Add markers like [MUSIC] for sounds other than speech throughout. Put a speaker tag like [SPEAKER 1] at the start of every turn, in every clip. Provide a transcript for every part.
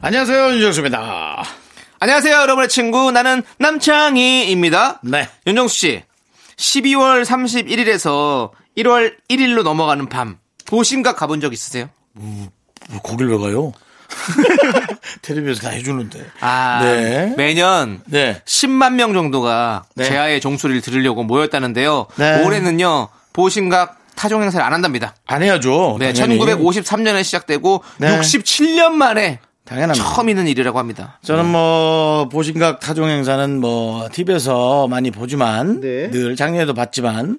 [SPEAKER 1] 안녕하세요 윤정수입니다.
[SPEAKER 2] 안녕하세요, 여러분의 친구. 나는 남창희입니다.
[SPEAKER 1] 네.
[SPEAKER 2] 윤정수 씨, 12월 31일에서 1월 1일로 넘어가는 밤, 도심각 가본 적 있으세요?
[SPEAKER 1] 뭐 거길 왜 가요? [LAUGHS] 텔레비에서 다 해주는데.
[SPEAKER 2] 아,
[SPEAKER 1] 네.
[SPEAKER 2] 매년
[SPEAKER 1] 네.
[SPEAKER 2] 10만 명 정도가
[SPEAKER 1] 네.
[SPEAKER 2] 제아의 종소리를 들으려고 모였다는데요.
[SPEAKER 1] 네.
[SPEAKER 2] 올해는요, 보심각 타종 행사를 안 한답니다.
[SPEAKER 1] 안 해야죠.
[SPEAKER 2] 네,
[SPEAKER 1] 어, 당연히.
[SPEAKER 2] 1953년에 시작되고
[SPEAKER 1] 네.
[SPEAKER 2] 67년 만에
[SPEAKER 1] 당연합니다.
[SPEAKER 2] 처음 있는 일이라고 합니다.
[SPEAKER 1] 저는 뭐 보신각 타종 행사는 뭐 TV에서 많이 보지만
[SPEAKER 2] 네.
[SPEAKER 1] 늘 작년에도 봤지만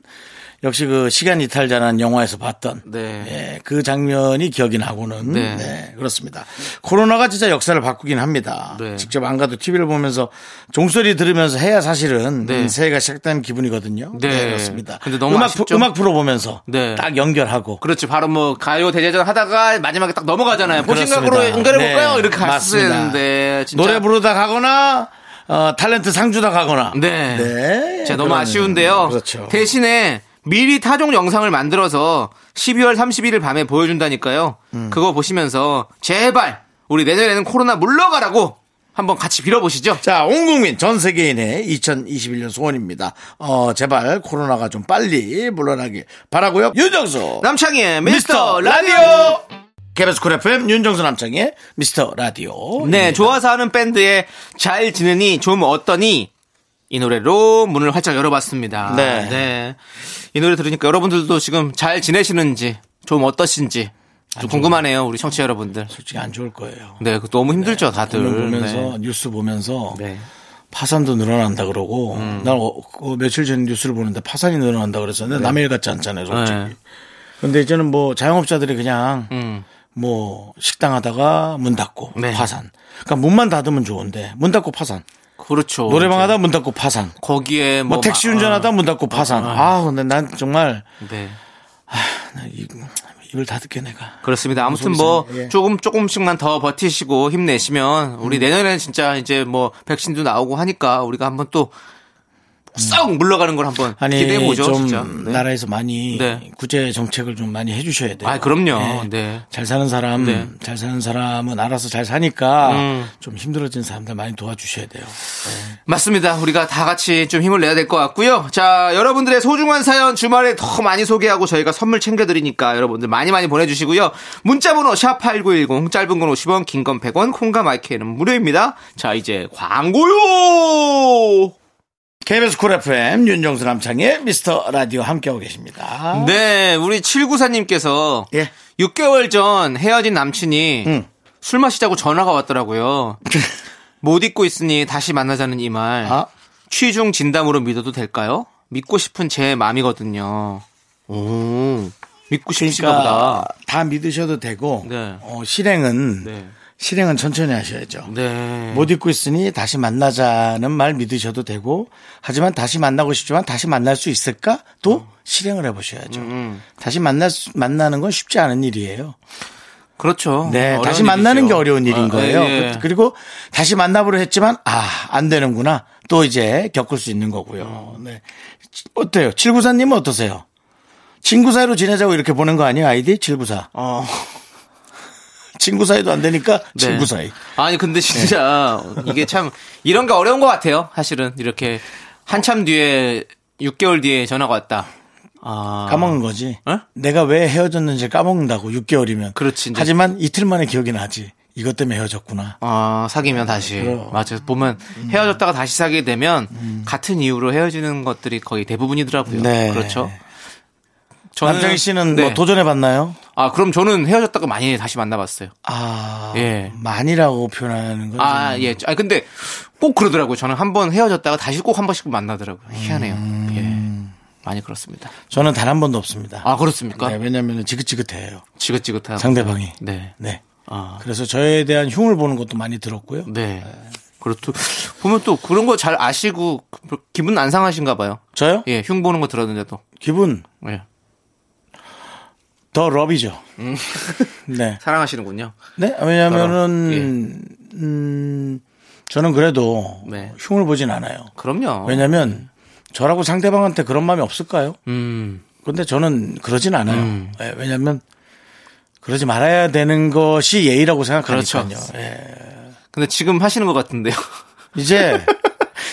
[SPEAKER 1] 역시 그 시간 이탈자라는 영화에서 봤던
[SPEAKER 2] 네.
[SPEAKER 1] 예, 그 장면이 기억이 나고는 네.
[SPEAKER 2] 네.
[SPEAKER 1] 그렇습니다. 코로나가 진짜 역사를 바꾸긴 합니다.
[SPEAKER 2] 네.
[SPEAKER 1] 직접 안 가도 TV를 보면서 종소리 들으면서 해야 사실은 음,
[SPEAKER 2] 네.
[SPEAKER 1] 새해가 시작된 기분이거든요.
[SPEAKER 2] 네.
[SPEAKER 1] 그렇습니다.
[SPEAKER 2] 근데 너무
[SPEAKER 1] 음악
[SPEAKER 2] 아쉽죠?
[SPEAKER 1] 음악 프로 보면서
[SPEAKER 2] 네.
[SPEAKER 1] 딱 연결하고
[SPEAKER 2] 그렇지 바로 뭐 가요 대제전 하다가 마지막에 딱 넘어가잖아요. 보신각으로
[SPEAKER 1] 그렇습니다.
[SPEAKER 2] 연결해 볼까요?
[SPEAKER 1] 네,
[SPEAKER 2] 이렇게 갔어야
[SPEAKER 1] 맞습니다.
[SPEAKER 2] 되는데 진짜
[SPEAKER 1] 노래 부르다 가거나 어, 탤런트 상 주다 가거나
[SPEAKER 2] 네.
[SPEAKER 1] 네.
[SPEAKER 2] 진짜 너무
[SPEAKER 1] 그런-
[SPEAKER 2] 아쉬운데요.
[SPEAKER 1] 그렇죠.
[SPEAKER 2] 대신에 미리 타종 영상을 만들어서 12월 31일 밤에 보여준다니까요.
[SPEAKER 1] 음.
[SPEAKER 2] 그거 보시면서 제발 우리 내년에는 코로나 물러가라고 한번 같이 빌어보시죠.
[SPEAKER 1] 자, 온 국민 전 세계인의 2021년 소원입니다. 어, 제발 코로나가 좀 빨리 물러나길 바라고요. 윤정수
[SPEAKER 2] 남창희의 미스터
[SPEAKER 1] 어. 미스터
[SPEAKER 2] 라디오.
[SPEAKER 1] 라디오. KBS 쿨 FM 윤정수 남창의 미스터 라디오. 예,
[SPEAKER 2] 네, 좋아서 하는 밴드의 잘 지느니 좀 어떠니 이 노래로 문을 활짝 열어봤습니다.
[SPEAKER 1] 네.
[SPEAKER 2] 이 노래 들으니까 여러분들도 지금 잘 지내시는지 좀 어떠신지 좀 궁금하네요, 우리 청취자 여러분들.
[SPEAKER 1] 솔직히 안 좋을 거예요.
[SPEAKER 2] 네, 그거 너무 힘들죠, 다들.
[SPEAKER 1] 오늘 보면서
[SPEAKER 2] 네.
[SPEAKER 1] 뉴스 보면서
[SPEAKER 2] 네.
[SPEAKER 1] 파산도 늘어난다 그러고
[SPEAKER 2] 음.
[SPEAKER 1] 난 어, 어, 며칠 전에 뉴스를 보는데 파산이 늘어난다 그래서 근데 남의 일 같지 않잖아요, 솔직히.
[SPEAKER 2] 네.
[SPEAKER 1] 근데 이제는 뭐 자영업자들이 그냥
[SPEAKER 2] 음.
[SPEAKER 1] 뭐 식당 하다가 문 닫고
[SPEAKER 2] 네.
[SPEAKER 1] 파산. 그러니까 문만 닫으면 좋은데 문 닫고 파산.
[SPEAKER 2] 그렇죠.
[SPEAKER 1] 노래방
[SPEAKER 2] 이제
[SPEAKER 1] 하다 문 닫고 파산.
[SPEAKER 2] 거기에
[SPEAKER 1] 뭐
[SPEAKER 2] 뭐,
[SPEAKER 1] 택시
[SPEAKER 2] 마-
[SPEAKER 1] 운전하다 문 닫고 파산. 아, 근데 난 정말
[SPEAKER 2] 어, 네.
[SPEAKER 1] 나 입, 입을 다듣게 내가.
[SPEAKER 2] 그렇습니다. 아무튼
[SPEAKER 1] 무슨
[SPEAKER 2] 뭐
[SPEAKER 1] 이상해. 예. 음.
[SPEAKER 2] 조금 조금씩만 더 버티시고 힘내시면 우리 내년에는 진짜 이제 뭐 백신도 나오고 하니까 우리가 한번 또 썩 물러가는 걸 한번
[SPEAKER 1] 음. 아니
[SPEAKER 2] 기대해 보죠.
[SPEAKER 1] 좀
[SPEAKER 2] 진짜. 네.
[SPEAKER 1] 나라에서 많이
[SPEAKER 2] 네.
[SPEAKER 1] 구제 정책을 좀 많이 해주셔야 돼요.
[SPEAKER 2] 아, 그럼요.
[SPEAKER 1] 예.
[SPEAKER 2] 네.
[SPEAKER 1] 잘 사는 사람,
[SPEAKER 2] 네.
[SPEAKER 1] 잘 사는 사람은 알아서 잘 사니까
[SPEAKER 2] 음.
[SPEAKER 1] 좀 힘들어진 사람들 많이 도와주셔야 돼요.
[SPEAKER 2] 맞습니다. 우리가 다 같이 좀 힘을 내야 될 것 같고요. 자, 여러분들의 소중한 사연 주말에 더 많이 소개하고 저희가 선물 챙겨드리니까 여러분들 많이 많이 보내주시고요. 문자번호 샵8910, 짧은 건 50원, 긴 건 100원, 콩과 마이크는 무료입니다. 자, 이제 광고요!
[SPEAKER 1] KBS 쿨 FM 윤정수 남창의 미스터 라디오 함께하고 계십니다.
[SPEAKER 2] 네, 우리 794님께서
[SPEAKER 1] 어? 예.
[SPEAKER 2] 6개월 전 헤어진 남친이
[SPEAKER 1] 음.
[SPEAKER 2] 술 마시자고 전화가
[SPEAKER 1] [LAUGHS]
[SPEAKER 2] 왔더라고요. 못 잊고 있으니 다시 만나자는 이 말.
[SPEAKER 1] 아.
[SPEAKER 2] 취중 진담으로 믿어도 될까요? 믿고 싶은 제 마음이거든요. 오, 믿고 싶으신가
[SPEAKER 1] 그러니까
[SPEAKER 2] 보다.
[SPEAKER 1] 다 믿으셔도 되고
[SPEAKER 2] 네.
[SPEAKER 1] 어, 실행은
[SPEAKER 2] 네.
[SPEAKER 1] 실행은 천천히 하셔야죠.
[SPEAKER 2] 네.
[SPEAKER 1] 못 잊고 있으니 다시 만나자는 말 믿으셔도 되고 하지만 다시 만나고 싶지만 다시 만날 수 있을까? 또
[SPEAKER 2] 어.
[SPEAKER 1] 실행을 해보셔야죠.
[SPEAKER 2] 음,
[SPEAKER 1] 다시 만날 수- 만나는 건 쉽지 않은 일이에요.
[SPEAKER 2] 그렇죠.
[SPEAKER 1] 네,
[SPEAKER 2] 어려운
[SPEAKER 1] 다시 만나는
[SPEAKER 2] 일이죠.
[SPEAKER 1] 게 어려운 일인
[SPEAKER 2] 아,
[SPEAKER 1] 거예요.
[SPEAKER 2] 예, 예.
[SPEAKER 1] 그- 그리고 다시 만나보려 했지만 아 안 되는구나. 또 이제 겪을 수 있는 거고요.
[SPEAKER 2] 음.
[SPEAKER 1] 네. 어때요? 794님은 어떠세요? 친구 사이로 지내자고 이렇게 보낸 거 아니에요? 아이디 794.
[SPEAKER 2] 어.
[SPEAKER 1] [LAUGHS] 친구 사이도 안 되니까
[SPEAKER 2] 네.
[SPEAKER 1] 친구 사이. 네.
[SPEAKER 2] 아니 근데 진짜 [LAUGHS] 이게 참 이런 게 어려운 것 같아요. 사실은 이렇게 한참 뒤에 6개월 뒤에 전화가 왔다. 아,
[SPEAKER 1] 까먹은 거지.
[SPEAKER 2] 어?
[SPEAKER 1] 내가 왜 헤어졌는지 까먹는다고 6개월이면.
[SPEAKER 2] 그렇지, 이제.
[SPEAKER 1] 하지만 이틀 만에 기억이 나지. 이것 때문에 헤어졌구나.
[SPEAKER 2] 아, 사귀면 다시 맞아요. 보면
[SPEAKER 1] 음.
[SPEAKER 2] 헤어졌다가 다시 사귀게 되면 같은 이유로 헤어지는 것들이 거의 대부분이더라고요.
[SPEAKER 1] 네.
[SPEAKER 2] 그렇죠. 저는-
[SPEAKER 1] 남정희 씨는
[SPEAKER 2] 네.
[SPEAKER 1] 뭐 도전해 봤나요?
[SPEAKER 2] 아 그럼 저는 헤어졌다가 많이 다시 만나봤어요.
[SPEAKER 1] 아,
[SPEAKER 2] 예.
[SPEAKER 1] 많이라고 표현하는 건
[SPEAKER 2] 아 예. 아 근데 꼭 그러더라고요. 저는 한 번 헤어졌다가 다시 꼭 한 번씩 만나더라고요. 희한해요.
[SPEAKER 1] 음.
[SPEAKER 2] 예. 많이 그렇습니다.
[SPEAKER 1] 저는 단 한 번도 없습니다.
[SPEAKER 2] 아 그렇습니까? 아,
[SPEAKER 1] 네, 왜냐면 지긋지긋해요.
[SPEAKER 2] 지긋지긋하고.
[SPEAKER 1] 상대방이.
[SPEAKER 2] 네.
[SPEAKER 1] 네. 그래서 저에 대한 흉을 보는 것도 많이 들었고요.
[SPEAKER 2] 네. 그렇죠. 보면 또 그런 거 잘 아시고 기분 안 상하신가 봐요.
[SPEAKER 1] 저요?
[SPEAKER 2] 예, 흉 보는 거 들었는데도.
[SPEAKER 1] 기분
[SPEAKER 2] 예.
[SPEAKER 1] 더 러비죠.
[SPEAKER 2] 음.
[SPEAKER 1] [LAUGHS] 네.
[SPEAKER 2] 사랑하시는군요.
[SPEAKER 1] 네. 왜냐면은 음, 저는 그래도
[SPEAKER 2] 네. 어.
[SPEAKER 1] 흉을 보진 않아요.
[SPEAKER 2] 그럼요.
[SPEAKER 1] 왜냐면 저라고 상대방한테 그런 마음이 없을까요?
[SPEAKER 2] 음.
[SPEAKER 1] 근데 저는 그러진 않아요. 예, 왜냐면 그러지 말아야 되는 것이 예의라고 생각하니까요.
[SPEAKER 2] 그렇죠.
[SPEAKER 1] 예.
[SPEAKER 2] 근데 지금 하시는 것 같은데요. [LAUGHS]
[SPEAKER 1] 이제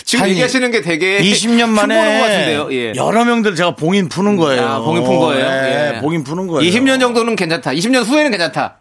[SPEAKER 2] 지금
[SPEAKER 1] 한
[SPEAKER 2] 얘기하시는 게 되게
[SPEAKER 1] 20년 만에
[SPEAKER 2] 흉 보는 것 같은데요. 예.
[SPEAKER 1] 여러 명들 제가 봉인 푸는 거예요.
[SPEAKER 2] 아, 봉인 푼 거예요?
[SPEAKER 1] 예,
[SPEAKER 2] 예.
[SPEAKER 1] 봉인 푸는 거예요.
[SPEAKER 2] 20년 정도는 괜찮다. 20년 후에는 괜찮다.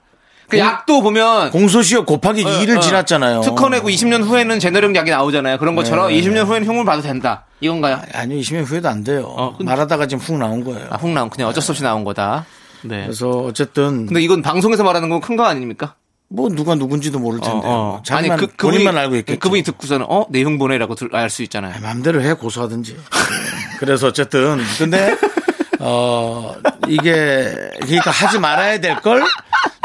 [SPEAKER 2] 그 약도 보면
[SPEAKER 1] 공소시효 곱하기
[SPEAKER 2] 어,
[SPEAKER 1] 2를
[SPEAKER 2] 어,
[SPEAKER 1] 지났잖아요. 네.
[SPEAKER 2] 특허 내고 20년 후에는 제너력 약이 나오잖아요. 그런 것처럼 20년 후에는 흉을 봐도 된다. 이건가요?
[SPEAKER 1] 아니요, 20년 후에도 안 돼요.
[SPEAKER 2] 아, 근데-
[SPEAKER 1] 말하다가 지금 훅 나온 거예요.
[SPEAKER 2] 아, 훅 나온 그냥 어쩔 수 없이 나온 거다. 네.
[SPEAKER 1] 그래서 어쨌든
[SPEAKER 2] 근데 이건 방송에서 말하는 건 큰 거 아닙니까? 네.
[SPEAKER 1] 뭐 누가 누군지도 모를
[SPEAKER 2] 어,
[SPEAKER 1] 텐데 요 자기만
[SPEAKER 2] 분이-
[SPEAKER 1] 어. 본인만 알고 있겠죠.
[SPEAKER 2] 그, 그분이 듣고서는 어 내용 보내라고 알 수 있잖아요.
[SPEAKER 1] 마음대로 해 고소하든지. [LAUGHS] 그래서 어쨌든 근데 어 이게 그러니까 하지 말아야 될 걸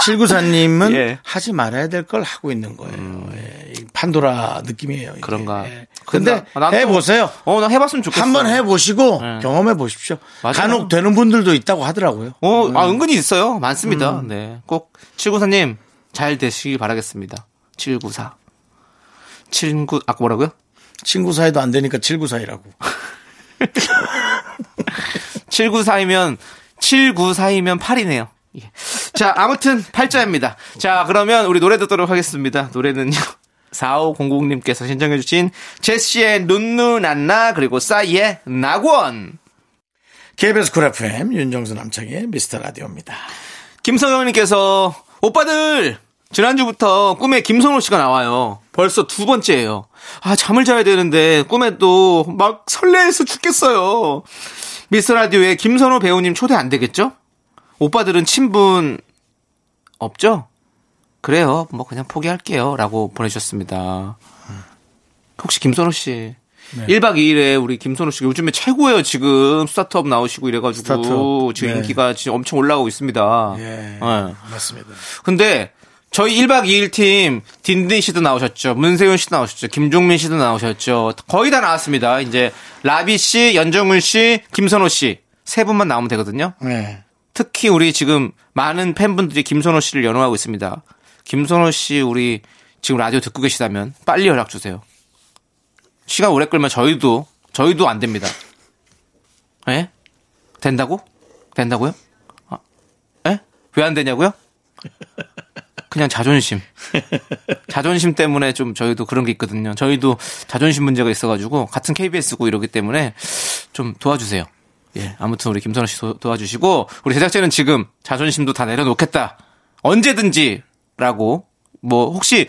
[SPEAKER 1] 칠구사님은
[SPEAKER 2] 예. 음.
[SPEAKER 1] 하지 말아야 될 걸 하고 있는 거예요. 예, 이 판도라 느낌이에요. 이게.
[SPEAKER 2] 그런가.
[SPEAKER 1] 예. 근데
[SPEAKER 2] 아, 나도-
[SPEAKER 1] 해 보세요.
[SPEAKER 2] 어, 나 해봤으면 좋겠어.
[SPEAKER 1] 한번 해 보시고
[SPEAKER 2] 예.
[SPEAKER 1] 경험해 보십시오.
[SPEAKER 2] 맞아요.
[SPEAKER 1] 간혹 되는 분들도 있다고 하더라고요.
[SPEAKER 2] 어,
[SPEAKER 1] 음.
[SPEAKER 2] 아 은근히 있어요. 많습니다. 네, 꼭 칠구사님 잘 되시길 바라겠습니다. 칠구사. 칠구 아까 뭐라고요?
[SPEAKER 1] 친구 사이도 안 되니까 칠구사이라고.
[SPEAKER 2] 칠구사이면 794이면 8이네요. 예. 자, 아무튼 8자입니다. 자, 그러면 우리 노래 듣도록 하겠습니다. 노래는요. 4500님께서 신청해주신 제시의 눈누난나 그리고 싸이의 낙원
[SPEAKER 1] KBS 쿨 FM 윤정수 남창의 미스터 라디오입니다.
[SPEAKER 2] 김성형님께서 오빠들 지난주부터 꿈에 김선호 씨가 나와요. 벌써 두 번째예요. 아 잠을 자야 되는데 꿈에도 막 설레서 죽겠어요. 미스 라디오에 김선호 배우님 초대 안 되겠죠? 오빠들은 친분 없죠? 그래요. 뭐 그냥 포기할게요라고 보내주셨습니다. 혹시 김선호 씨
[SPEAKER 1] 네.
[SPEAKER 2] 1박 2일에 우리 김선호 씨가 요즘에 최고예요. 지금 스타트업 나오시고 이래가지고
[SPEAKER 1] 스타트업.
[SPEAKER 2] 지금
[SPEAKER 1] 네.
[SPEAKER 2] 인기가 가 지금 엄청 올라가고 있습니다.
[SPEAKER 1] 예.
[SPEAKER 2] 예.
[SPEAKER 1] 맞습니다.
[SPEAKER 2] 근데 저희 1박 2일 팀 딘딘 씨도 나오셨죠. 문세윤 씨도 나오셨죠. 김종민 씨도 나오셨죠. 거의 다 나왔습니다. 이제 라비 씨, 연정훈 씨, 김선호 씨. 세 분만 나오면 되거든요.
[SPEAKER 1] 네.
[SPEAKER 2] 특히 우리 지금 많은 팬분들이 김선호 씨를 연호하고 있습니다. 김선호 씨 우리 지금 라디오 듣고 계시다면 빨리 연락 주세요. 시간 오래 끌면 저희도 저희도 안 됩니다. 예? 된다고? 된다고요? 아, 예? 왜 안 되냐고요? 그냥 자존심. 자존심 때문에 좀 저희도 그런 게 있거든요. 저희도 자존심 문제가 있어가지고 같은 KBS고 이러기 때문에 좀 도와주세요. 예, 아무튼 우리 김선호 씨 도, 와주시고 우리 제작진은 지금 자존심도 다 내려놓겠다. 언제든지라고 뭐 혹시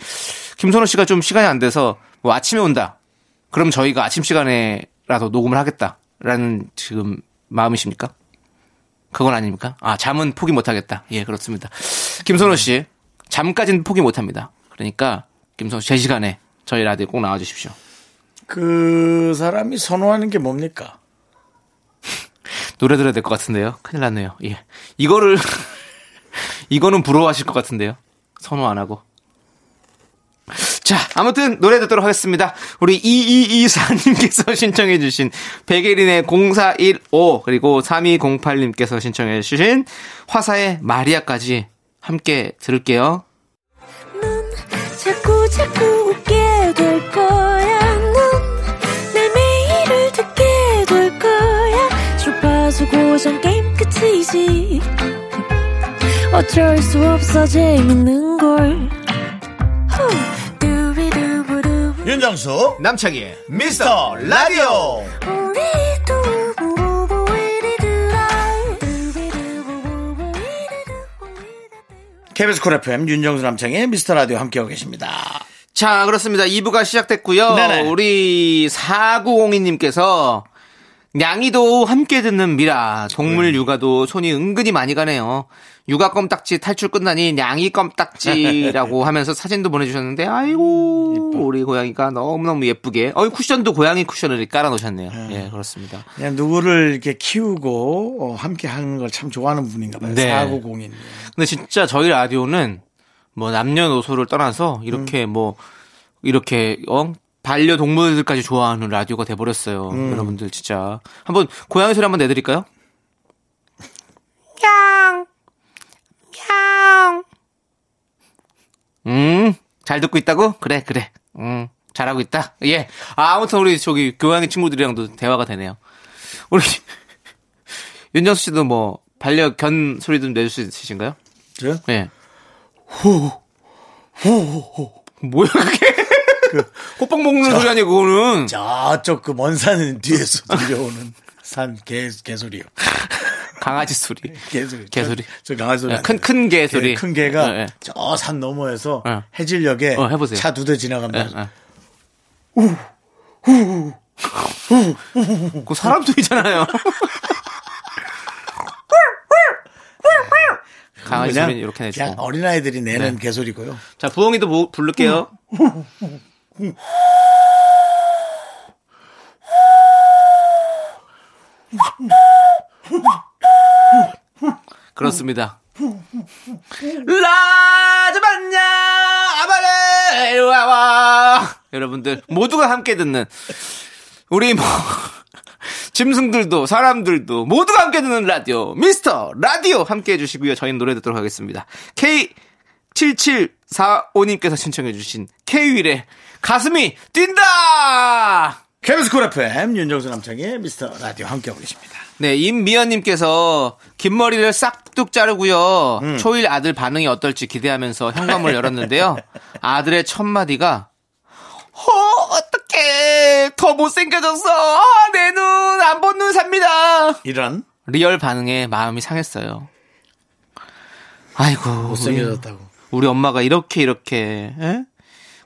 [SPEAKER 2] 김선호 씨가 좀 시간이 안 돼서 뭐 아침에 온다. 그럼 저희가 아침 시간에라도 녹음을 하겠다라는 지금 마음이십니까? 그건 아닙니까? 아, 잠은 포기 못하겠다. 예, 그렇습니다. 김선호 씨, 잠까지는 포기 못합니다. 그러니까 김선호 씨, 제 시간에 저희 라디오 꼭 나와주십시오.
[SPEAKER 1] 그 사람이 선호하는 게 뭡니까?
[SPEAKER 2] 노래 들어야 될 것 같은데요. 큰일 났네요. 예, 이거를 [LAUGHS] 이거는 부러워하실 것 같은데요. 선호 안 하고. 자, 아무튼 노래 듣도록 하겠습니다. 우리 2224님께서 [LAUGHS] 신청해주신 백예린의 0415 그리고 3208님께서 신청해주신 화사의 마리아까지 함께 들을게요.
[SPEAKER 3] 자꾸 자꾸 웃게 될 거야. 넌내 매일을 듣게 될 거야. 주파수 고정 게임 끝이지. 어쩔 수 없어 재밌는 걸. 후. 두비두부두.
[SPEAKER 1] 윤정수
[SPEAKER 2] 남창희의
[SPEAKER 1] 미스터 라디오
[SPEAKER 3] 우리 두부부부 우리 두라. 두비두부부부 우리 두부 우리 두부.
[SPEAKER 1] KBS 쿨 FM 윤정수 남창의 미스터 라디오 함께하고 계십니다
[SPEAKER 2] 자, 그렇습니다. 2부가 시작됐고요.
[SPEAKER 1] 네네.
[SPEAKER 2] 우리 4902님께서 냥이도 함께 듣는 미라.
[SPEAKER 1] 네.
[SPEAKER 2] 동물 육아도 손이 은근히 많이 가네요. 육아 껌딱지 탈출 끝나니 냥이
[SPEAKER 1] [LAUGHS]
[SPEAKER 2] 껌딱지라고 하면서 사진도 보내주셨는데, 아이고, 우리 고양이가 너무너무 예쁘게. 어이, 쿠션도 고양이 쿠션을 깔아놓으셨네요. 예, 그렇습니다.
[SPEAKER 1] 그냥 누구를 이렇게 키우고 어, 함께 하는 걸 참 좋아하는 분인가 봐요
[SPEAKER 2] 네.
[SPEAKER 1] 4902님
[SPEAKER 2] 근데 진짜 저희 라디오는 뭐 남녀노소를 떠나서 이렇게 뭐 이렇게 어? 반려동물들까지 좋아하는 라디오가 돼버렸어요. 여러분들 진짜 한번 고양이 소리 한번 내드릴까요? 음, 잘 듣고 있다고? 그래, 그래. 음, 잘하고 있다. 예. 아, 아무튼 우리 저기 교양의 친구들이랑도 대화가 되네요. 우리 [LAUGHS] 윤정수 씨도 뭐 반려견 소리 좀 내줄 수 있으신가요?
[SPEAKER 1] 저요?
[SPEAKER 2] 예. 호, 호, 호. 뭐야 그게? [LAUGHS] 호빵 먹는 소리 아니에요 그거는?
[SPEAKER 1] 저쪽 그 먼 산 [LAUGHS] 뒤에서 들려오는 산 개, 개소리요. [LAUGHS]
[SPEAKER 2] 강아지 소리.
[SPEAKER 1] 개소리.
[SPEAKER 2] 개소리. 네,
[SPEAKER 1] 저, 저 강아지 소리. 안
[SPEAKER 2] 큰-
[SPEAKER 1] 돼요.
[SPEAKER 2] 큰개 소리.
[SPEAKER 1] 큰 개가
[SPEAKER 2] 예, 예.
[SPEAKER 1] 저 산 너머에서
[SPEAKER 2] 예.
[SPEAKER 1] 해질녘에
[SPEAKER 2] 어, 해보세요.
[SPEAKER 1] 차 두 대
[SPEAKER 2] 예,
[SPEAKER 1] 지나가면서
[SPEAKER 2] 예. 그
[SPEAKER 1] [LAUGHS]
[SPEAKER 2] 사람 소리잖아요. 강아지
[SPEAKER 1] 그냥,
[SPEAKER 2] 소리는 이렇게
[SPEAKER 1] 그냥
[SPEAKER 2] 내주고. 네.
[SPEAKER 1] 어린아이들이 내는 개소리고요.
[SPEAKER 2] 자, 부엉이도 뭐- 부를게요. 그렇습니다. 라즈만냐 아바레와와 여러분들 모두가 함께 듣는 우리 뭐 짐승들도 사람들도 모두가 함께 듣는 라디오 미스터 라디오 함께 해주시고요 저희는 노래 듣도록 하겠습니다 K 7745님께서 신청해주신 K-윌의 가슴이 뛴다!
[SPEAKER 1] KBS 쿨 FM 윤정수 남창의 미스터 라디오 함께하고 계십니다.
[SPEAKER 2] 네, 임미연님께서 긴 머리를 싹둑 자르고요.
[SPEAKER 1] 음.
[SPEAKER 2] 초일 아들 반응이 어떨지 기대하면서 현관문을
[SPEAKER 1] [LAUGHS]
[SPEAKER 2] 열었는데요. 아들의 첫 마디가 어, 어떡해. 더 못생겨졌어. 아, 내 눈, 안 본 눈 삽니다.
[SPEAKER 1] 이런
[SPEAKER 2] 리얼 반응에 마음이 상했어요. 아이고.
[SPEAKER 1] 못생겨졌다고.
[SPEAKER 2] 우리 엄마가 이렇게 이렇게 예?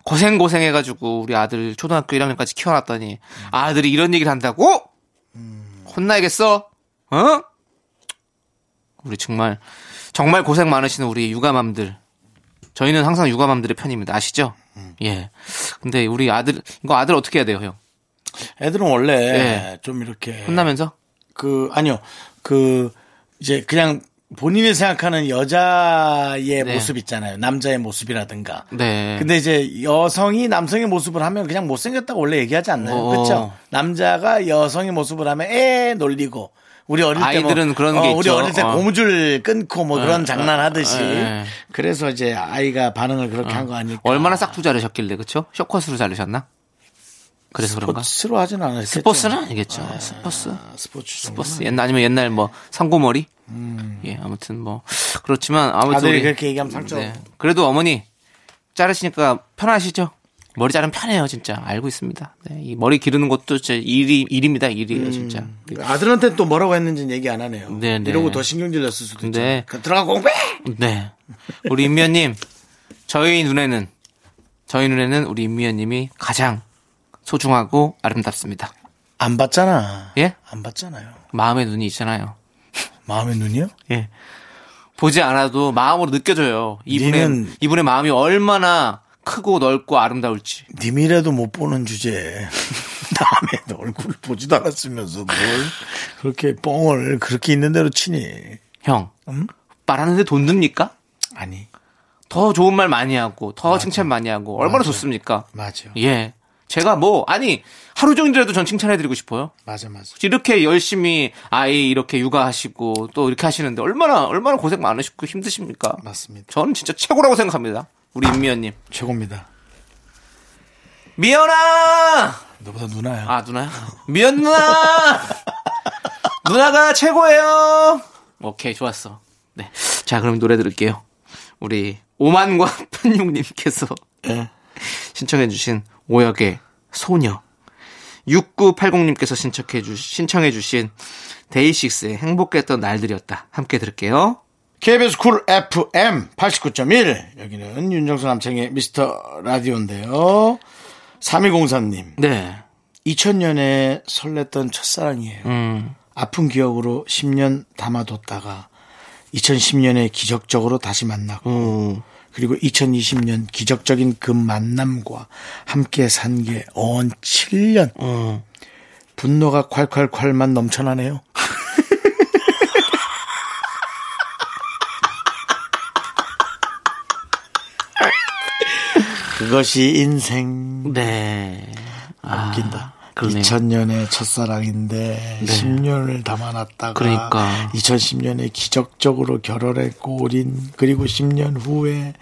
[SPEAKER 2] 고생 고생 해가지고 우리 아들 초등학교 1학년까지 키워놨더니 아들이 이런 얘기를 한다고 혼나야겠어 어 우리 정말 정말 고생 많으시는 우리 육아맘들 저희는 항상 육아맘들의 편입니다 아시죠
[SPEAKER 1] 음.
[SPEAKER 2] 예 근데 우리 아들 이거 아들 어떻게 해야 돼요 형
[SPEAKER 1] 애들은 원래
[SPEAKER 2] 네.
[SPEAKER 1] 좀 이렇게
[SPEAKER 2] 혼나면서
[SPEAKER 1] 그 아니요 그 이제 그냥 본인이 생각하는 여자의
[SPEAKER 2] 네.
[SPEAKER 1] 모습 있잖아요 남자의 모습이라든가
[SPEAKER 2] 네
[SPEAKER 1] 근데 이제 여성이 남성의 모습을 하면 그냥 못생겼다고 원래 얘기하지 않나요
[SPEAKER 2] 어.
[SPEAKER 1] 그렇죠 남자가 여성의 모습을 하면 에 놀리고 우리 어릴 때
[SPEAKER 2] 아이들은
[SPEAKER 1] 뭐,
[SPEAKER 2] 그런
[SPEAKER 1] 어,
[SPEAKER 2] 게
[SPEAKER 1] 우리
[SPEAKER 2] 있죠.
[SPEAKER 1] 어릴 때
[SPEAKER 2] 어.
[SPEAKER 1] 고무줄 끊고 뭐 그런 장난하듯이
[SPEAKER 2] 에.
[SPEAKER 1] 그래서 이제 아이가 반응을 그렇게 한 거 아닐까
[SPEAKER 2] 예. 어. 얼마나 싹두 자르셨길래 그쵸 쇼컷으로 자르셨나 그래서 그런가
[SPEAKER 1] 스포츠로 하진 않았어요
[SPEAKER 2] 스포츠는 아니겠죠 스포츠
[SPEAKER 1] 스포츠
[SPEAKER 2] 버스 옛날 아니면 옛날 뭐 상고머리 예 아무튼 뭐 그렇지만 아무튼
[SPEAKER 1] 아들이 음.
[SPEAKER 2] 우리- 네.
[SPEAKER 1] 그렇게 얘기하면 상처
[SPEAKER 2] 그래도 어머니 자르시니까 편하시죠 머리 자르면 편해요 진짜 알고 있습니다 네, 이 머리 기르는 것도 제 일이 일입니다
[SPEAKER 1] 음.
[SPEAKER 2] 일이에요 진짜
[SPEAKER 1] 아들한테 또 뭐라고 했는지는 얘기 안 하네요.
[SPEAKER 2] 네, 네.
[SPEAKER 1] 이러고 더 신경질 났을 수도 있죠.
[SPEAKER 2] 네.
[SPEAKER 1] 그 들어가 공부해!
[SPEAKER 2] 네 우리 임미연님 저희 눈에는 저희 눈에는 우리 임미연님이 가장 소중하고 아름답습니다
[SPEAKER 1] 안 봤잖아.
[SPEAKER 2] 예
[SPEAKER 1] 안 봤잖아요.
[SPEAKER 2] 마음의 눈이 있잖아요
[SPEAKER 1] 마음의 눈이요?
[SPEAKER 2] 예. 보지 않아도 마음으로 느껴져요. 이분의
[SPEAKER 1] 니는-
[SPEAKER 2] 이분의 마음이 얼마나 크고 넓고 아름다울지.
[SPEAKER 1] 님이라도 못 보는 주제에 [LAUGHS] 남의 얼굴 보지도 않았으면서 뭘 그렇게 뻥을 그렇게 있는 대로 치니.
[SPEAKER 2] 형. 말하는데 돈 듭니까?
[SPEAKER 1] 아니,
[SPEAKER 2] 더 좋은 말 많이 하고 더 칭찬 많이 하고 얼마나 좋습니까?
[SPEAKER 1] 맞아.
[SPEAKER 2] 예. 제가 뭐 아니 하루 종일이라도 전 칭찬해 드리고 싶어요.
[SPEAKER 1] 맞아, 맞아.
[SPEAKER 2] 이렇게 열심히 아이 이렇게 육아하시고 또 이렇게 하시는데 얼마나 얼마나 고생 많으시고 힘드십니까?
[SPEAKER 1] 맞습니다.
[SPEAKER 2] 저는 진짜 최고라고 생각합니다. 우리 임미연 님.
[SPEAKER 1] 최고입니다.
[SPEAKER 2] 미연아!
[SPEAKER 1] 너보다 누나야.
[SPEAKER 2] 아 누나야? 미연 누나 누나가 최고예요 오케이 좋았어 네자 그럼 노래 들을게요 우리 오만과 [LAUGHS] 판육님께서
[SPEAKER 1] 네.
[SPEAKER 2] 신청해 주신 오역의 소녀 6980님께서 신청해 주 신청해 주신 데이식스의 행복했던 날들이었다 함께 들을게요
[SPEAKER 1] KBS 쿨 FM 89.1 여기는 윤정수 남창의 미스터 라디오인데요. 3203님.
[SPEAKER 2] 네
[SPEAKER 1] 2000년에 설렜던 첫사랑이에요.
[SPEAKER 2] 음,
[SPEAKER 1] 아픈 기억으로 10년 담아뒀다가 2010년에 기적적으로 다시 만나고 그리고 2020년 기적적인 그 만남과 함께 산 게 어언 7년.
[SPEAKER 2] 음.
[SPEAKER 1] 분노가 콸콸콸만 넘쳐나네요. [LAUGHS] 그것이 인생.
[SPEAKER 4] 네. 아,
[SPEAKER 1] 웃긴다.
[SPEAKER 4] 그러네요. 네.
[SPEAKER 1] 2000년에 첫사랑인데 10년을 담아놨다가
[SPEAKER 4] 그러니까.
[SPEAKER 1] 2010년에 기적적으로 결혼했고 우린 그리고 10년 후에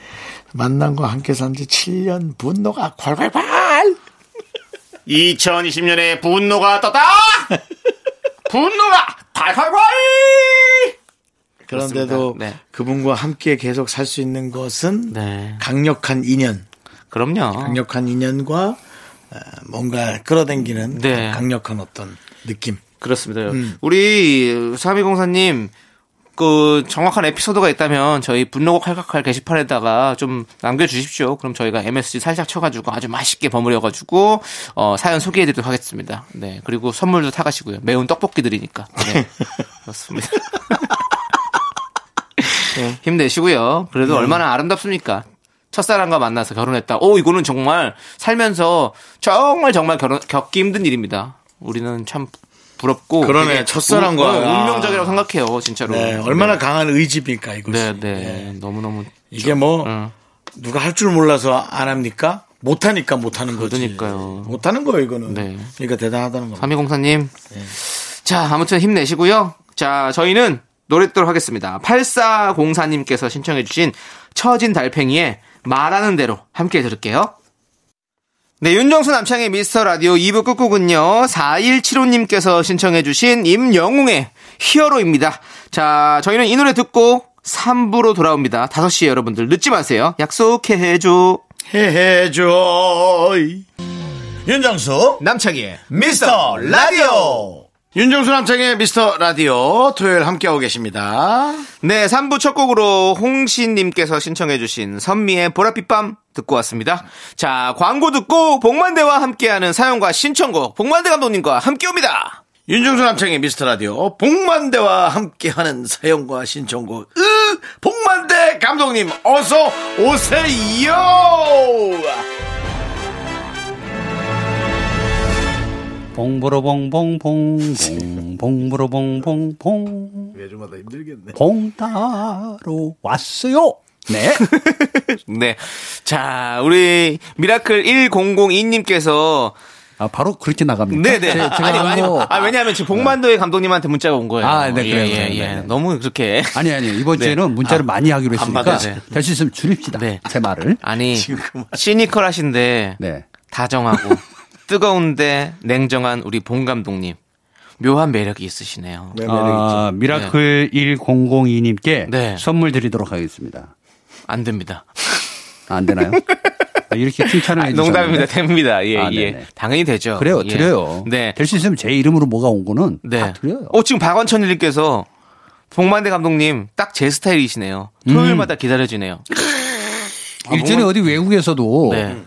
[SPEAKER 1] 만난 거 함께 산 지 7년 분노가 콸콸콸
[SPEAKER 4] 2020년에 분노가
[SPEAKER 1] [LAUGHS]
[SPEAKER 4] 떴다! 분노가 달팔팔!
[SPEAKER 1] 그런데도
[SPEAKER 4] 그렇습니다. 네.
[SPEAKER 1] 그분과 함께 계속 살 수 있는 것은
[SPEAKER 4] 네.
[SPEAKER 1] 강력한 인연
[SPEAKER 4] 그럼요.
[SPEAKER 1] 강력한 인연과 어, 뭔가 끌어당기는
[SPEAKER 4] 네.
[SPEAKER 1] 강력한 어떤 느낌
[SPEAKER 4] 그렇습니다.
[SPEAKER 2] 우리 3204님 그 정확한 에피소드가 있다면 저희 분노고 칼칼칼 게시판에다가 좀 남겨주십시오. 그럼 저희가 MSG 살짝 쳐가지고 아주 맛있게 버무려가지고 어, 사연 소개해드리도록 하겠습니다. 네 그리고 선물도 타가시고요. 매운 떡볶이 드리니까.
[SPEAKER 1] [LAUGHS]
[SPEAKER 2] 네 그렇습니다. [LAUGHS] 네, 힘내시고요.
[SPEAKER 1] 네.
[SPEAKER 2] 그래도 얼마나 아름답습니까? 첫사랑과 만나서 결혼했다. 오 이거는 정말 살면서 정말 정말 결혼 겪기 힘든 일입니다. 우리는 참 부럽고
[SPEAKER 1] 그러네,
[SPEAKER 2] 되게
[SPEAKER 1] 첫사랑과.
[SPEAKER 2] 운- 어, 운명적이라고 생각해요 진짜로.
[SPEAKER 1] 네, 얼마나 강한 의지입니까 이것이 예.
[SPEAKER 2] 네네 어. 너무 너무
[SPEAKER 1] 이게 뭐
[SPEAKER 2] 응.
[SPEAKER 1] 누가 할 줄 몰라서 안 합니까? 못 하니까 못 하는 거지.
[SPEAKER 2] 그러니까요.
[SPEAKER 1] 못 하는 거예요, 이거는.
[SPEAKER 2] 네.
[SPEAKER 1] 그러니까 대단하다는 겁니다.
[SPEAKER 2] 삼이공사님 자 아무튼 힘내시고요. 자 저희는 노래 듣도록 하겠습니다. 8404님께서 신청해주신 처진 달팽이의 말하는 대로 함께 들을게요. 네, 윤정수 남창의 미스터 라디오 2부 끝곡은요, 4175님께서 신청해주신 임영웅의 히어로입니다. 자, 저희는 이 노래 듣고 3부로 돌아옵니다. 5시에 여러분들 늦지 마세요. 약속해줘.
[SPEAKER 1] 해줘. 윤정수,
[SPEAKER 2] 남창희의
[SPEAKER 1] 미스터 라디오. 윤정수 남창의 미스터 라디오 토요일 함께하고 계십니다.
[SPEAKER 2] 네, 3부 첫 곡으로 홍신님께서 신청해주신 선미의 보랏빛 밤 듣고 왔습니다. 자, 광고 듣고 복만대와 함께하는 사연과 신청곡, 복만대 감독님과 함께 옵니다.
[SPEAKER 1] 윤정수 남창의 미스터 라디오 복만대와 함께하는 사연과 신청곡 으 복만대 감독님 어서 오세요.
[SPEAKER 5] 봉보로봉봉봉 봉보로봉봉봉
[SPEAKER 1] 매주마다 힘들겠네.
[SPEAKER 5] 봉따로 왔어요. 네.
[SPEAKER 2] [LAUGHS] 네. 자, 우리 미라클 1002님께서
[SPEAKER 5] 아 바로 그렇게 나갑니다.
[SPEAKER 2] 네네. 아니, 아니, 아, 왜냐하면 지금 복만도의 감독님한테 문자가 온 거예요.
[SPEAKER 5] 아, 네,
[SPEAKER 2] 예,
[SPEAKER 5] 그래요,
[SPEAKER 2] 예,
[SPEAKER 5] 그래요,
[SPEAKER 2] 예.
[SPEAKER 5] 네, 네.
[SPEAKER 2] 너무 그렇게.
[SPEAKER 5] 아니 아니 이번
[SPEAKER 2] 네.
[SPEAKER 5] 주에는 문자를 많이 하기로 했으니까
[SPEAKER 2] 받아요.
[SPEAKER 5] 될 수 있으면 줄입시다.
[SPEAKER 2] 네.
[SPEAKER 5] 제 말을.
[SPEAKER 2] 아니, 시니컬하신데
[SPEAKER 5] 네. [LAUGHS]
[SPEAKER 2] 다정하고 뜨거운데 냉정한 우리 봉 감독님. 묘한 매력이 있으시네요.
[SPEAKER 5] 아, 미라클 1002님께
[SPEAKER 2] 네.
[SPEAKER 5] 선물 드리도록 하겠습니다.
[SPEAKER 2] 안 됩니다.
[SPEAKER 5] 아,
[SPEAKER 2] [LAUGHS]
[SPEAKER 5] 안 되나요? 아, 이렇게 칭찬을 해주셨는데.
[SPEAKER 2] 농담입니다. 됩니다. 예,
[SPEAKER 5] 아,
[SPEAKER 2] 예.
[SPEAKER 5] 네네.
[SPEAKER 2] 당연히 되죠.
[SPEAKER 5] 그래요,
[SPEAKER 2] 예.
[SPEAKER 5] 드려요.
[SPEAKER 2] 네.
[SPEAKER 5] 될 수 있으면 제 이름으로 뭐가 온 거는 다
[SPEAKER 2] 네.
[SPEAKER 5] 드려요.
[SPEAKER 2] 어, 지금 박원천님께서 복만대 감독님 딱 제 스타일이시네요.
[SPEAKER 5] 음.
[SPEAKER 2] 토요일마다 기다려지네요.
[SPEAKER 5] 아, 일전에 어디 외국에서도
[SPEAKER 2] 네.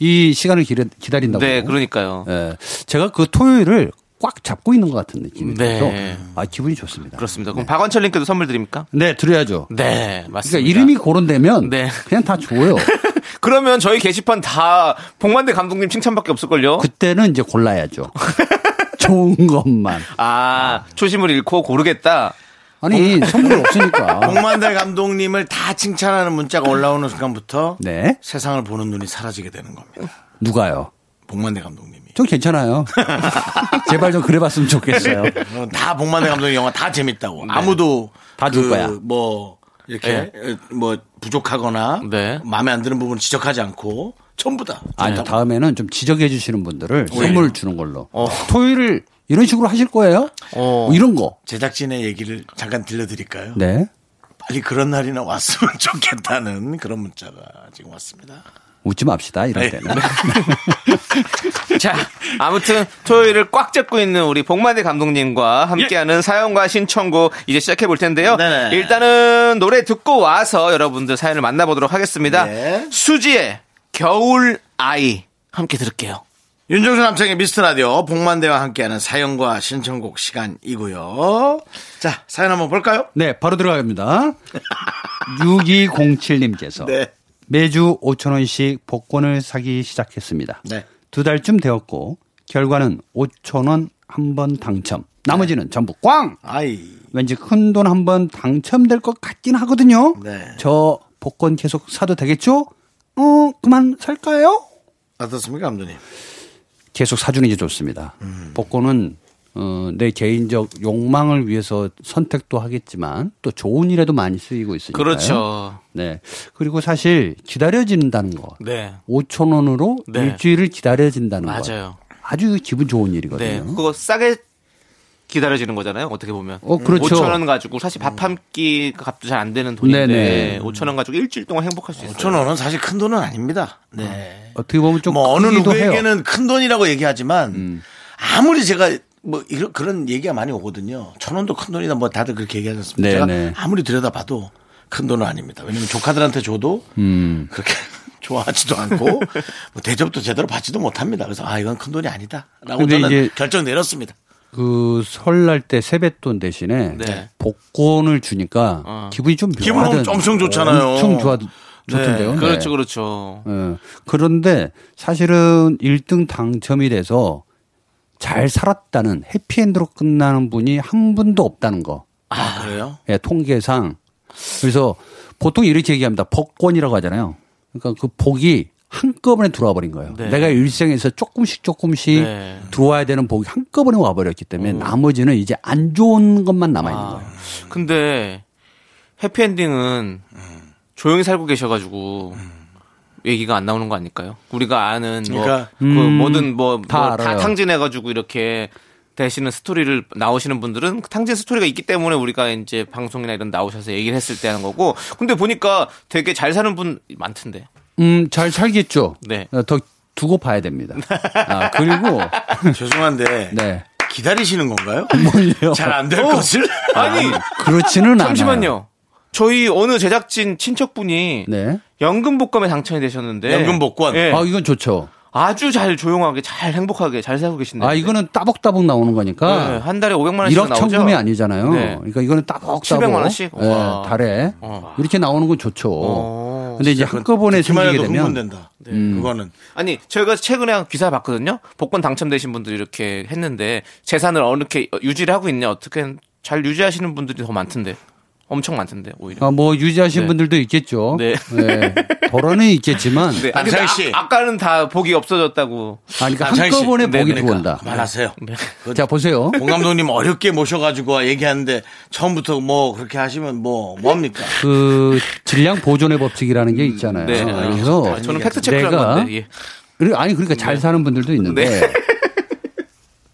[SPEAKER 5] 이 시간을 기다린다고
[SPEAKER 2] 네, 그러니까요.
[SPEAKER 5] 예, 제가 그 토요일을 꽉 잡고 있는 것 같은 느낌이
[SPEAKER 2] 네.
[SPEAKER 5] 들어서 아, 기분이 좋습니다.
[SPEAKER 2] 그렇습니다. 그럼 박원철님께도 선물 드립니까?
[SPEAKER 5] 네, 드려야죠.
[SPEAKER 2] 네, 맞습니다.
[SPEAKER 5] 그러니까 이름이 고른되면
[SPEAKER 2] 네.
[SPEAKER 5] 그냥 다 줘요.
[SPEAKER 2] 그러면 저희 게시판 다 복만대 감독님 칭찬밖에 없을걸요?
[SPEAKER 5] 그때는
[SPEAKER 2] [LAUGHS]
[SPEAKER 5] 이제 골라야죠. 좋은 것만.
[SPEAKER 2] 아, 초심을 잃고 고르겠다. 어.
[SPEAKER 5] 아니, 선물이 없으니까.
[SPEAKER 1] 복만대 감독님을 다 칭찬하는 문자가 올라오는 순간부터
[SPEAKER 5] 네.
[SPEAKER 1] 세상을 보는 눈이 사라지게 되는 겁니다.
[SPEAKER 5] 누가요?
[SPEAKER 1] 복만대 감독님이.
[SPEAKER 5] 좀 괜찮아요. [LAUGHS] 제발 좀 그래 봤으면 좋겠어요.
[SPEAKER 1] 다 복만대 감독의 영화 다 재밌다고. 아무도
[SPEAKER 5] 네. 다줄 거야. 네.
[SPEAKER 1] 뭐 이렇게 뭐 부족하거나
[SPEAKER 2] 네.
[SPEAKER 1] 마음에 안 드는 부분 지적하지 않고 전부 다.
[SPEAKER 5] 아니, 다음에는 좀 지적해 주시는 분들을 선물 주는 걸로.
[SPEAKER 2] 어.
[SPEAKER 5] 토요일을 이런 식으로 하실 거예요?
[SPEAKER 2] 어.
[SPEAKER 5] 뭐 이런 거.
[SPEAKER 1] 제작진의 얘기를 잠깐 들려드릴까요?
[SPEAKER 5] 네.
[SPEAKER 1] 빨리 그런 날이나 왔으면 [LAUGHS] 좋겠다는 그런 문자가 지금 왔습니다.
[SPEAKER 5] 웃지 맙시다.
[SPEAKER 2] 네.
[SPEAKER 5] 이럴 때는.
[SPEAKER 2] 자, 아무튼 토요일을 꽉 잡고 있는 우리 복만대 감독님과 함께하는 사연과 신청곡 이제 시작해 볼 텐데요.
[SPEAKER 1] 예. 네네.
[SPEAKER 2] 일단은 노래 듣고 와서 여러분들 사연을 만나보도록 하겠습니다.
[SPEAKER 1] 네.
[SPEAKER 2] 수지의 겨울 아이 함께 들을게요.
[SPEAKER 1] 윤정수 남창의 미스터 라디오 복만대와 함께하는 사연과 신청곡 시간이고요. 자 사연 한번 볼까요?
[SPEAKER 5] 네, 바로 들어갑니다. 6207님께서
[SPEAKER 1] 네.
[SPEAKER 5] 매주 5천원씩 복권을 사기 시작했습니다.
[SPEAKER 1] 네.
[SPEAKER 5] 두 달쯤 되었고, 결과는 5천원 한 번 당첨. 나머지는
[SPEAKER 1] 네.
[SPEAKER 5] 전부 꽝!
[SPEAKER 1] 아이
[SPEAKER 5] 왠지 큰 돈 한 번 당첨될 것 같긴 하거든요.
[SPEAKER 1] 네.
[SPEAKER 5] 저 복권 계속 사도 되겠죠? 어, 그만 살까요?
[SPEAKER 1] 어떻습니까, 감독님?
[SPEAKER 5] 계속 사주는 게 좋습니다.
[SPEAKER 1] 음.
[SPEAKER 5] 복권은 어, 내 개인적 욕망을 위해서 선택도 하겠지만 또 좋은 일에도 많이 쓰이고 있으니까요.
[SPEAKER 2] 그렇죠.
[SPEAKER 5] 네. 그리고 사실 기다려진다는 거.
[SPEAKER 2] 네.
[SPEAKER 5] 5천 원으로
[SPEAKER 2] 네.
[SPEAKER 5] 일주일을 기다려진다는 거.
[SPEAKER 2] 맞아요.
[SPEAKER 5] 아주 기분 좋은
[SPEAKER 2] 네.
[SPEAKER 1] 예.
[SPEAKER 5] 일이거든요.
[SPEAKER 2] 그거 싸게 기다려지는 거잖아요. 어떻게 보면.
[SPEAKER 5] 어, 그렇죠.
[SPEAKER 2] 5천 원 가지고 사실
[SPEAKER 1] 음.
[SPEAKER 2] 밥 한 끼 값도 잘 안 되는 돈인데
[SPEAKER 5] 네네.
[SPEAKER 2] 5천 원 가지고 일주일 동안 행복할 수 있어요.
[SPEAKER 1] 5천 원은 사실 큰 돈은 아닙니다. 네.
[SPEAKER 5] 어떻게 보면 좀
[SPEAKER 1] 뭐 어느
[SPEAKER 5] 크기도 해요. 음.
[SPEAKER 1] 누구에게는 큰 돈이라고 얘기하지만 아무리 제가 뭐 이런 그런 얘기가 많이 오거든요. 천 원도 큰 돈이다 뭐 다들 그렇게 얘기하지 않습니까?
[SPEAKER 5] 네,
[SPEAKER 1] 제가
[SPEAKER 5] 네.
[SPEAKER 1] 아무리 들여다봐도 큰 돈은 아닙니다. 왜냐면 조카들한테 줘도
[SPEAKER 5] 음.
[SPEAKER 1] 그렇게 [LAUGHS] 좋아하지도 않고 뭐 대접도 제대로 받지도 못합니다. 그래서 아 이건 큰 돈이 아니다라고
[SPEAKER 5] 근데
[SPEAKER 1] 저는
[SPEAKER 5] 이제
[SPEAKER 1] 결정 내렸습니다.
[SPEAKER 5] 그 설날 때 세뱃돈 대신에
[SPEAKER 2] 네.
[SPEAKER 5] 복권을 주니까 기분이 좀
[SPEAKER 1] 어. 기분
[SPEAKER 5] 묘하던-
[SPEAKER 1] 엄청 좋잖아요.
[SPEAKER 5] 엄청 좋아 좋던데요. 네.
[SPEAKER 2] 그렇죠, 그렇죠.
[SPEAKER 5] 예. 그런데 사실은 1등 당첨이 돼서 잘 살았다는 해피엔드로 끝나는 분이 한 분도 없다는 거.
[SPEAKER 1] 아 그래요? [LAUGHS]
[SPEAKER 5] 예, 통계상. 그래서 보통 이렇게 얘기합니다. 복권이라고 하잖아요. 그러니까 그 복이 한꺼번에 들어와 버린 거예요. 내가 일생에서 조금씩 조금씩
[SPEAKER 2] 네. 음.
[SPEAKER 5] 들어와야 되는 복이 한꺼번에 와 버렸기 때문에 나머지는 이제 안 좋은 것만 남아 있는 거예요.
[SPEAKER 2] 근데 해피엔딩은 조용히 살고 계셔가지고 얘기가 안 나오는 거 아닐까요? 우리가 아는
[SPEAKER 1] 그러니까,
[SPEAKER 2] 뭐, 그 뭐든
[SPEAKER 5] 음, 다
[SPEAKER 2] 뭐다
[SPEAKER 5] 알아요.
[SPEAKER 2] 탕진해가지고 이렇게 되시는 스토리를 나오시는 분들은 그 탕진 스토리가 있기 때문에 우리가 이제 방송이나 이런 나오셔서 얘기를 했을 때 하는 거고 근데 보니까 되게 잘 사는 분 많던데
[SPEAKER 5] 음, 잘 살겠죠.
[SPEAKER 2] 네.
[SPEAKER 5] 어, 더 두고 봐야 됩니다. 아,
[SPEAKER 2] [LAUGHS]
[SPEAKER 5] 그리고
[SPEAKER 1] 죄송한데
[SPEAKER 5] 네. 아, 뭐. 어.
[SPEAKER 1] 기다리시는 건가요?
[SPEAKER 5] 뭘요?
[SPEAKER 1] 잘 안 될
[SPEAKER 5] [LAUGHS]
[SPEAKER 1] 것을
[SPEAKER 2] 아니
[SPEAKER 5] 그렇지는 않아요.
[SPEAKER 2] 잠시만요 저희 어느 제작진 친척분이
[SPEAKER 5] 네.
[SPEAKER 2] 연금 복권에 당첨이 되셨는데
[SPEAKER 1] 연금 복권.
[SPEAKER 2] 예.
[SPEAKER 5] 아, 이건 좋죠.
[SPEAKER 2] 아주 잘 조용하게 잘 행복하게 잘 살고 계신데.
[SPEAKER 5] 아, 이거는 따박따박 나오는 거니까.
[SPEAKER 2] 네, 한 달에 500만 원씩
[SPEAKER 5] 1억
[SPEAKER 2] 나오죠.
[SPEAKER 5] 아, 천금이 아니잖아요.
[SPEAKER 2] 네.
[SPEAKER 5] 그러니까 이거는 따박따박.
[SPEAKER 2] 700만 원씩?
[SPEAKER 5] 예,
[SPEAKER 2] 와.
[SPEAKER 5] 달에.
[SPEAKER 2] 와.
[SPEAKER 5] 이렇게 나오는 건 좋죠.
[SPEAKER 2] 어,
[SPEAKER 5] 근데 이제 한꺼번에
[SPEAKER 1] 듣기만
[SPEAKER 5] 생기게
[SPEAKER 1] 해도
[SPEAKER 5] 되면. 음.
[SPEAKER 1] 흥분된다. 네, 그거는
[SPEAKER 2] 아니 저희가 최근에 한 기사 봤거든요. 복권 당첨되신 분들이 이렇게 했는데 재산을 어떻게 유지를 하고 있냐 어떻게 잘 유지하시는 분들이 더 많던데 엄청 많던데 오히려.
[SPEAKER 5] 아, 뭐 유지하신
[SPEAKER 2] 네.
[SPEAKER 5] 분들도 있겠죠.
[SPEAKER 2] 네. [LAUGHS]
[SPEAKER 5] 예, 덜어는 있겠지만.
[SPEAKER 2] 네, 아, 근데
[SPEAKER 1] 안상 씨.
[SPEAKER 2] 아, 까는다 복이 없어졌다고.
[SPEAKER 5] 아, 그러니까
[SPEAKER 1] 남창희 씨.
[SPEAKER 5] 한꺼번에
[SPEAKER 2] 네, 그
[SPEAKER 5] 복이
[SPEAKER 2] 그러니까.
[SPEAKER 5] 들어온다.
[SPEAKER 1] 말하세요.
[SPEAKER 5] 네. 자, 보세요.
[SPEAKER 1] 공 감독님 어렵게 모셔가지고 얘기하는데 처음부터 뭐 그렇게 하시면 뭐 뭡니까?
[SPEAKER 5] 그 질량 보존의 법칙이라는 게 있잖아요.
[SPEAKER 2] 네.
[SPEAKER 5] 그래서
[SPEAKER 2] 아, 저는 팩트 체크를
[SPEAKER 5] 내가
[SPEAKER 2] 한 건데. 예. 네.
[SPEAKER 5] 그리고 아니 그러니까 잘 사는 분들도 있는데
[SPEAKER 2] [LAUGHS]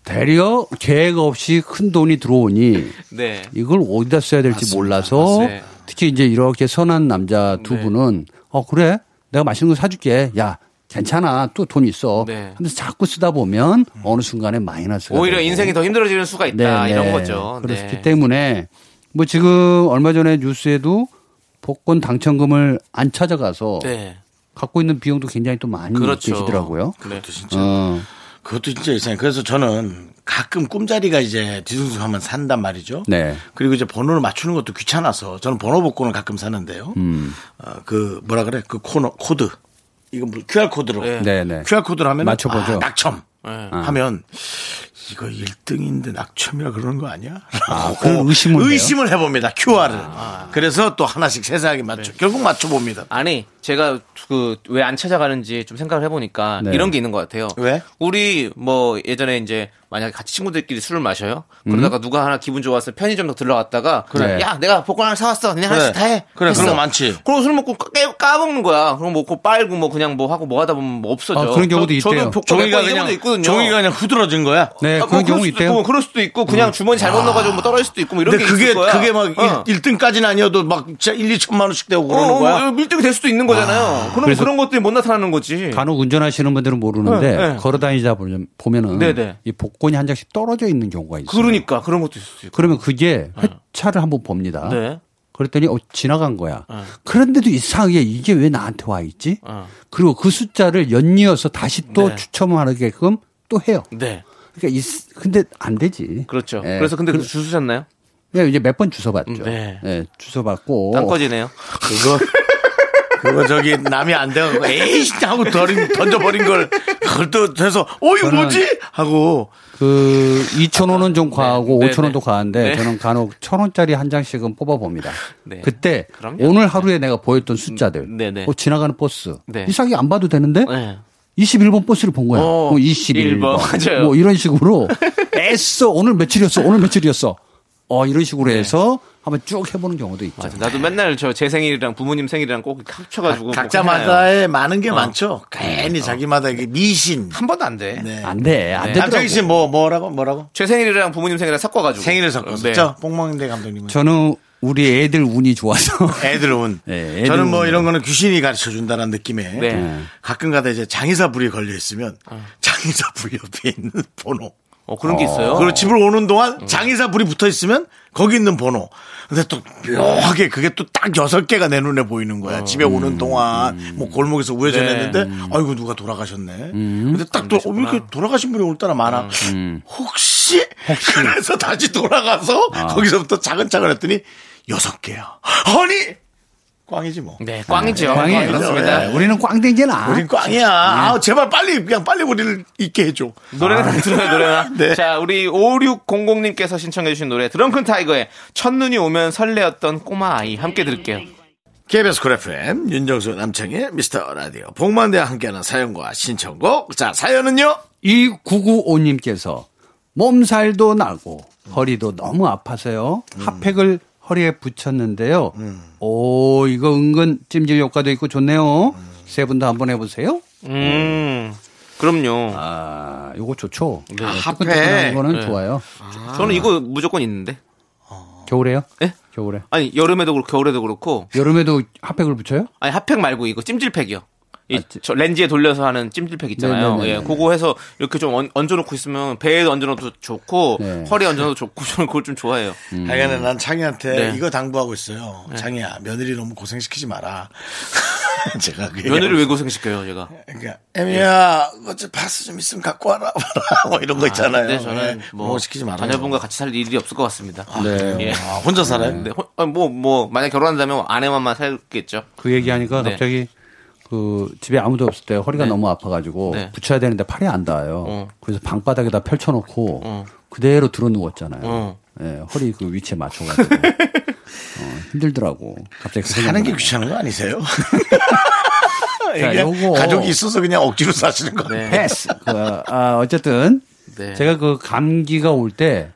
[SPEAKER 5] 대려 계획 없이 큰 돈이 들어오니
[SPEAKER 2] 네.
[SPEAKER 5] 이걸 어디다 써야 될지 몰라서
[SPEAKER 2] 맞습니다. 네.
[SPEAKER 5] 특히 이제 이렇게 선한 남자 두
[SPEAKER 2] 네.
[SPEAKER 5] 분은 어 그래 내가 맛있는 거 사줄게 야 괜찮아 또 돈 있어
[SPEAKER 2] 네. 음.
[SPEAKER 5] 하면서 자꾸 쓰다 보면 어느 순간에 마이너스가
[SPEAKER 2] 오히려
[SPEAKER 5] 되고.
[SPEAKER 2] 인생이 더 힘들어지는 수가 있다
[SPEAKER 5] 네,
[SPEAKER 2] 아, 이런
[SPEAKER 5] 네.
[SPEAKER 2] 거죠.
[SPEAKER 5] 그렇기
[SPEAKER 2] 네.
[SPEAKER 5] 때문에 뭐 지금 얼마 전에 뉴스에도 복권 당첨금을 안 찾아가서
[SPEAKER 2] 네.
[SPEAKER 5] 갖고 있는 비용도 굉장히 또 많이
[SPEAKER 2] 그렇죠.
[SPEAKER 5] 계시더라고요.
[SPEAKER 2] 네.
[SPEAKER 1] 그것도 진짜
[SPEAKER 5] 어.
[SPEAKER 1] 그것도 진짜 이상해. 그래서 저는 가끔 꿈자리가 이제 뒤숭숭하면 산단 말이죠.
[SPEAKER 5] 네.
[SPEAKER 1] 그리고 이제 번호를 맞추는 것도 귀찮아서 저는 번호 복권을 가끔 사는데요.
[SPEAKER 5] 음.
[SPEAKER 1] 어, 그 뭐라 그래 그 코너 코드 이거 뭐 QR 코드로
[SPEAKER 5] 네, 네.
[SPEAKER 1] QR 코드로 하면
[SPEAKER 5] 맞춰보죠.
[SPEAKER 1] 아, 낙첨
[SPEAKER 2] 네.
[SPEAKER 1] 하면 이거 1등인데 낙첨이라 그러는 거 아니야? 라고
[SPEAKER 5] 그런 의심을 해요?
[SPEAKER 1] 의심을 해봅니다. QR을.
[SPEAKER 2] 아.
[SPEAKER 1] 그래서 또 하나씩 세세하게 맞춰
[SPEAKER 2] 네.
[SPEAKER 1] 결국 맞춰봅니다.
[SPEAKER 2] 아니 제가 그 왜 안 찾아가는지 좀 생각을 해보니까
[SPEAKER 5] 네.
[SPEAKER 2] 이런 게 있는 것 같아요.
[SPEAKER 1] 왜?
[SPEAKER 2] 우리 뭐 예전에 이제 만약에 같이 친구들끼리 술을 마셔요. 그러다가 누가 하나 기분 좋아서 편의점 들러갔다가
[SPEAKER 5] 음? 그래.
[SPEAKER 2] 야 내가 복권 하나 사왔어. 니네 하나씩 다 해.
[SPEAKER 1] 그래, 그런
[SPEAKER 2] 했어.
[SPEAKER 1] 거 많지.
[SPEAKER 2] 그리고 술 먹고 까, 깨- 까먹는 거야. 그럼 먹고 빨고 뭐 그냥 뭐 하고 뭐 하다 보면 뭐 없어져.
[SPEAKER 5] 아, 그런 경우도
[SPEAKER 2] 저,
[SPEAKER 5] 있대요.
[SPEAKER 2] 저도 복권
[SPEAKER 1] 종이가
[SPEAKER 2] 몇번
[SPEAKER 1] 그냥
[SPEAKER 2] 경우도 있거든요.
[SPEAKER 1] 종이가 그냥 후들어진 거야.
[SPEAKER 5] 네,
[SPEAKER 2] 아, 뭐
[SPEAKER 5] 그런 경우
[SPEAKER 2] 수도
[SPEAKER 5] 있대요. 음.
[SPEAKER 2] 있고, 그럴 수도 있고 그냥 주머니 잘못 넣어가지고 뭐 떨어질 수도 있고 뭐 이런
[SPEAKER 1] 아. 근데
[SPEAKER 2] 게
[SPEAKER 1] 그게
[SPEAKER 2] 있을 거야.
[SPEAKER 1] 그게 막
[SPEAKER 2] 어.
[SPEAKER 1] 일 1등까지는 아니어도 막 진짜 1, 2천만 원씩 되고
[SPEAKER 2] 어,
[SPEAKER 1] 그러는
[SPEAKER 2] 어,
[SPEAKER 1] 거야.
[SPEAKER 2] 뭐 밀등이 될 수도 있는 거잖아요. 그럼
[SPEAKER 5] 그래서-
[SPEAKER 2] 그런 것들이 못 나타나는 거지.
[SPEAKER 5] 간혹 운전하시는 분들은 모르는데
[SPEAKER 2] 네, 네.
[SPEAKER 5] 걸어 다니자 보면- 보면은
[SPEAKER 2] 네, 네.
[SPEAKER 5] 이 복권이 한 장씩 떨어져 있는 경우가 있어요.
[SPEAKER 2] 그러니까 그런 것도 있을 수 있고.
[SPEAKER 5] 그러면 그게 회차를 한번 봅니다.
[SPEAKER 2] 네.
[SPEAKER 5] 그랬더니 어, 지나간 거야. 그런데도 이상하게 이게 왜 나한테 와 있지? 그리고 그 숫자를 연이어서 다시 또
[SPEAKER 2] 네.
[SPEAKER 5] 추첨하게끔 또 해요.
[SPEAKER 2] 네.
[SPEAKER 5] 그러니까 이- 근데 안 되지.
[SPEAKER 2] 그렇죠.
[SPEAKER 5] 예.
[SPEAKER 2] 그래서 근데 그 주수셨나요?
[SPEAKER 5] 그냥 이제 몇 번 주워봤죠.
[SPEAKER 2] 네.
[SPEAKER 5] 예, 주워봤고
[SPEAKER 2] 안 꺼지네요.
[SPEAKER 1] 그거 그거 저기 남이 안
[SPEAKER 2] [LAUGHS]
[SPEAKER 1] 돼가지고 에이 하고 던져 버린 걸 그걸 또 해서 어이
[SPEAKER 5] 저는-
[SPEAKER 1] 뭐지 하고
[SPEAKER 5] 그 2,000원은 좀 과하고
[SPEAKER 2] 네, 네,
[SPEAKER 5] 5,000원도
[SPEAKER 2] 네.
[SPEAKER 5] 과한데
[SPEAKER 2] 네.
[SPEAKER 5] 저는 간혹 1,000원짜리 한 장씩은 뽑아 봅니다.
[SPEAKER 2] [LAUGHS] 네.
[SPEAKER 5] 그때
[SPEAKER 2] 그럼요. 네.
[SPEAKER 5] 오늘 하루에 내가 보였던 숫자들.
[SPEAKER 2] 음, 네, 네.
[SPEAKER 5] 어, 지나가는 버스.
[SPEAKER 2] 네.
[SPEAKER 5] 이상하게 안 봐도 되는데
[SPEAKER 2] 네.
[SPEAKER 5] 21번 버스를 본 거야.
[SPEAKER 2] 어,
[SPEAKER 5] 뭐 21번.
[SPEAKER 2] 번, [LAUGHS] 맞아요.
[SPEAKER 5] 뭐 이런 식으로 [LAUGHS] 애써 오늘 며칠이었어. 오늘 며칠이었어. 어 이런 식으로
[SPEAKER 2] 네.
[SPEAKER 5] 해서 한번 쭉 해보는 경우도 있죠.
[SPEAKER 2] 맞아. 나도 맨날 저 제 생일이랑 부모님 생일이랑 꼭
[SPEAKER 1] 아,
[SPEAKER 2] 합쳐가지고 꼭뭐 해놔요. 어.
[SPEAKER 1] 각자마다의 많은 게 많죠. 괜히 자기마다 이게 미신.
[SPEAKER 2] 한 번도 안 돼.
[SPEAKER 1] 네.
[SPEAKER 5] 안 돼. 안 되더라고.
[SPEAKER 1] 남창희 씨 뭐, 뭐라고, 뭐라고?
[SPEAKER 2] 제 생일이랑 부모님 생일이랑 섞어가지고
[SPEAKER 1] 생일을
[SPEAKER 2] 네.
[SPEAKER 1] 섞었죠. 뽕망대 감독님은.
[SPEAKER 5] 저는 우리 애들 운이 좋아서
[SPEAKER 1] 애들 운.
[SPEAKER 5] 네, 애들
[SPEAKER 1] 저는 뭐
[SPEAKER 5] 운.
[SPEAKER 1] 이런 거는 귀신이 가르쳐 준다는 느낌에
[SPEAKER 2] 네.
[SPEAKER 1] 가끔가다 이제 장의사 불이 걸려 있으면 장의사 불 옆에 있는 [LAUGHS] 번호.
[SPEAKER 2] 어, 그런 게 있어요.
[SPEAKER 1] 그리고 집으로 오는 동안 장의사 불이 붙어 있으면 거기 있는 번호. 근데 또 묘하게 그게 또 딱 여섯 개가 내 눈에 보이는 거야. 집에 오는 동안 뭐 골목에서 우회전했는데 아이고 누가 돌아가셨네. 근데 딱 또, 어, 왜 이렇게 돌아가신 분이 오늘따라 많아. 어, 음. 혹시? [LAUGHS] 그래서 다시 돌아가서 거기서부터 차근차근 했더니 여섯 개야. 아니! 꽝이지 뭐.
[SPEAKER 2] 네, 꽝이죠.
[SPEAKER 5] 꽝이에요.
[SPEAKER 2] [LAUGHS] 그렇습니다.
[SPEAKER 5] 네, 우리는 꽝된게 나.
[SPEAKER 1] 우린 꽝이야. 아, 제발 빨리 그냥 빨리 우리를 잊게 해줘.
[SPEAKER 2] 노래나 들어요, 노래나.
[SPEAKER 1] 네.
[SPEAKER 2] 자, 우리 5600님께서 신청해주신 노래, 드렁큰 타이거의 첫눈이 오면 설레었던 꼬마 아이 함께 들을게요.
[SPEAKER 1] KBS 쿨 FM 윤정수 남창의 미스터 라디오 복만대와 함께하는 사연과 신청곡 자 사연은요
[SPEAKER 5] 2995님께서 몸살도 나고 허리도 너무 아파서요.
[SPEAKER 2] 음.
[SPEAKER 5] 핫팩을 허리에 붙였는데요. 오, 이거 은근 찜질 효과도 있고 좋네요. 세 분도 한번 해보세요.
[SPEAKER 2] 음, 그럼요.
[SPEAKER 5] 아, 요거 좋죠. 네,
[SPEAKER 1] 핫팩.
[SPEAKER 5] 뜨끈뜨끈한 거는
[SPEAKER 2] 네.
[SPEAKER 5] 좋아요.
[SPEAKER 2] 저는 이거 무조건 있는데.
[SPEAKER 5] 겨울에요?
[SPEAKER 2] 예?
[SPEAKER 5] 겨울에.
[SPEAKER 2] 아니, 여름에도 그렇고, 겨울에도 그렇고.
[SPEAKER 5] 여름에도 핫팩을 붙여요?
[SPEAKER 2] 아니, 핫팩 말고 이거 찜질팩이요. 이, 저 렌즈에 돌려서 하는 찜질팩 있잖아요.
[SPEAKER 5] 아, 네네네네.
[SPEAKER 2] 예, 그거 해서 이렇게 좀 얹, 어놓고 있으면 배에 얹어놓도 좋고,
[SPEAKER 5] 네.
[SPEAKER 2] 허리에 얹어놓도 좋고, [LAUGHS] 저는 그걸 좀 좋아해요.
[SPEAKER 1] 하여간에 난 창희한테
[SPEAKER 2] 네.
[SPEAKER 1] 이거 당부하고 있어요 창희야 며느리 너무 고생시키지 마라 [LAUGHS] 제가 그
[SPEAKER 2] 며느리를 왜 고생시켜요, 얘가?
[SPEAKER 1] 그러니까 애미야 어째 파스 좀 있으면 갖고 와라 [LAUGHS] 뭐 이런 거 있잖아요
[SPEAKER 2] 근데 저는
[SPEAKER 1] 네,
[SPEAKER 2] 뭐
[SPEAKER 1] 그런 거 시키지 마라
[SPEAKER 2] 자녀분과 같이 살 일이 없을 것 같습니다. 예.
[SPEAKER 1] 아, 혼자 살아요?
[SPEAKER 2] 네, 혼- 아, 뭐, 뭐, 만약 결혼한다면 아내만만 살겠죠.
[SPEAKER 5] 그 얘기하니까
[SPEAKER 2] 네.
[SPEAKER 5] 갑자기 그 집에 아무도 없을 때 허리가 너무 아파가지고
[SPEAKER 2] 네.
[SPEAKER 5] 붙여야 되는데 팔이 안 닿아요.
[SPEAKER 2] 어.
[SPEAKER 5] 그래서 방바닥에다 펼쳐놓고
[SPEAKER 2] 어.
[SPEAKER 5] 그대로 들어 누웠잖아요.
[SPEAKER 2] 어.
[SPEAKER 5] 예, 허리 그
[SPEAKER 2] [LAUGHS]
[SPEAKER 5] 위치에 맞춰가지고 어, 힘들더라고. 갑자기 그
[SPEAKER 1] 사는 게 귀찮은 거 아니세요? [LAUGHS]
[SPEAKER 5] 자,
[SPEAKER 1] 이게
[SPEAKER 5] 요거.
[SPEAKER 1] 가족이 있어서 그냥 억지로 사시는 거
[SPEAKER 2] 네.
[SPEAKER 5] 패스. 그, 아, 어쨌든
[SPEAKER 2] 네.
[SPEAKER 5] 제가 그 감기가 올 때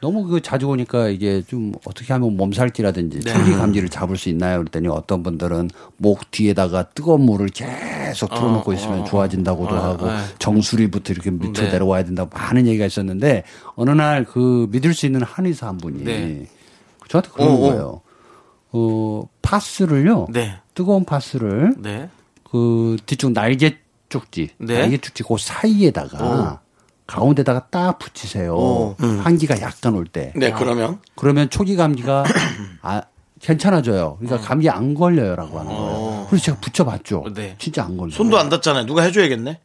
[SPEAKER 5] 너무 그 자주 오니까 이게 좀 어떻게 하면 몸살기라든지
[SPEAKER 2] 네.
[SPEAKER 5] 초기 감기를 잡을 수 있나요? 그랬더니 어떤 분들은 목 뒤에다가 뜨거운 물을 계속 틀어놓고 있으면 좋아진다고도 하고 정수리부터 이렇게 밑으로
[SPEAKER 2] 어, 네.
[SPEAKER 5] 내려와야 된다고 많은 얘기가 있었는데 어느 날 그 믿을 수 있는 한의사 한 분이
[SPEAKER 2] 네.
[SPEAKER 5] 저한테 그런
[SPEAKER 2] 어, 어.
[SPEAKER 5] 거예요. 어, 파스를요.
[SPEAKER 2] 네.
[SPEAKER 5] 뜨거운 파스를
[SPEAKER 2] 네.
[SPEAKER 5] 그 뒤쪽 날개 쪽지,
[SPEAKER 2] 네.
[SPEAKER 5] 날개 쪽지 그 사이에다가 가운데다가 딱 붙이세요. 환기가 약간 올 때.
[SPEAKER 1] 네 그러면
[SPEAKER 5] 그러면 초기 감기가 아 괜찮아져요. 그러니까 감기 안 걸려요라고 하는 거예요. 그래서 제가 붙여봤죠.
[SPEAKER 2] 네.
[SPEAKER 5] 진짜 안 걸려요.
[SPEAKER 1] 손도 안 닿잖아요 누가 해줘야겠네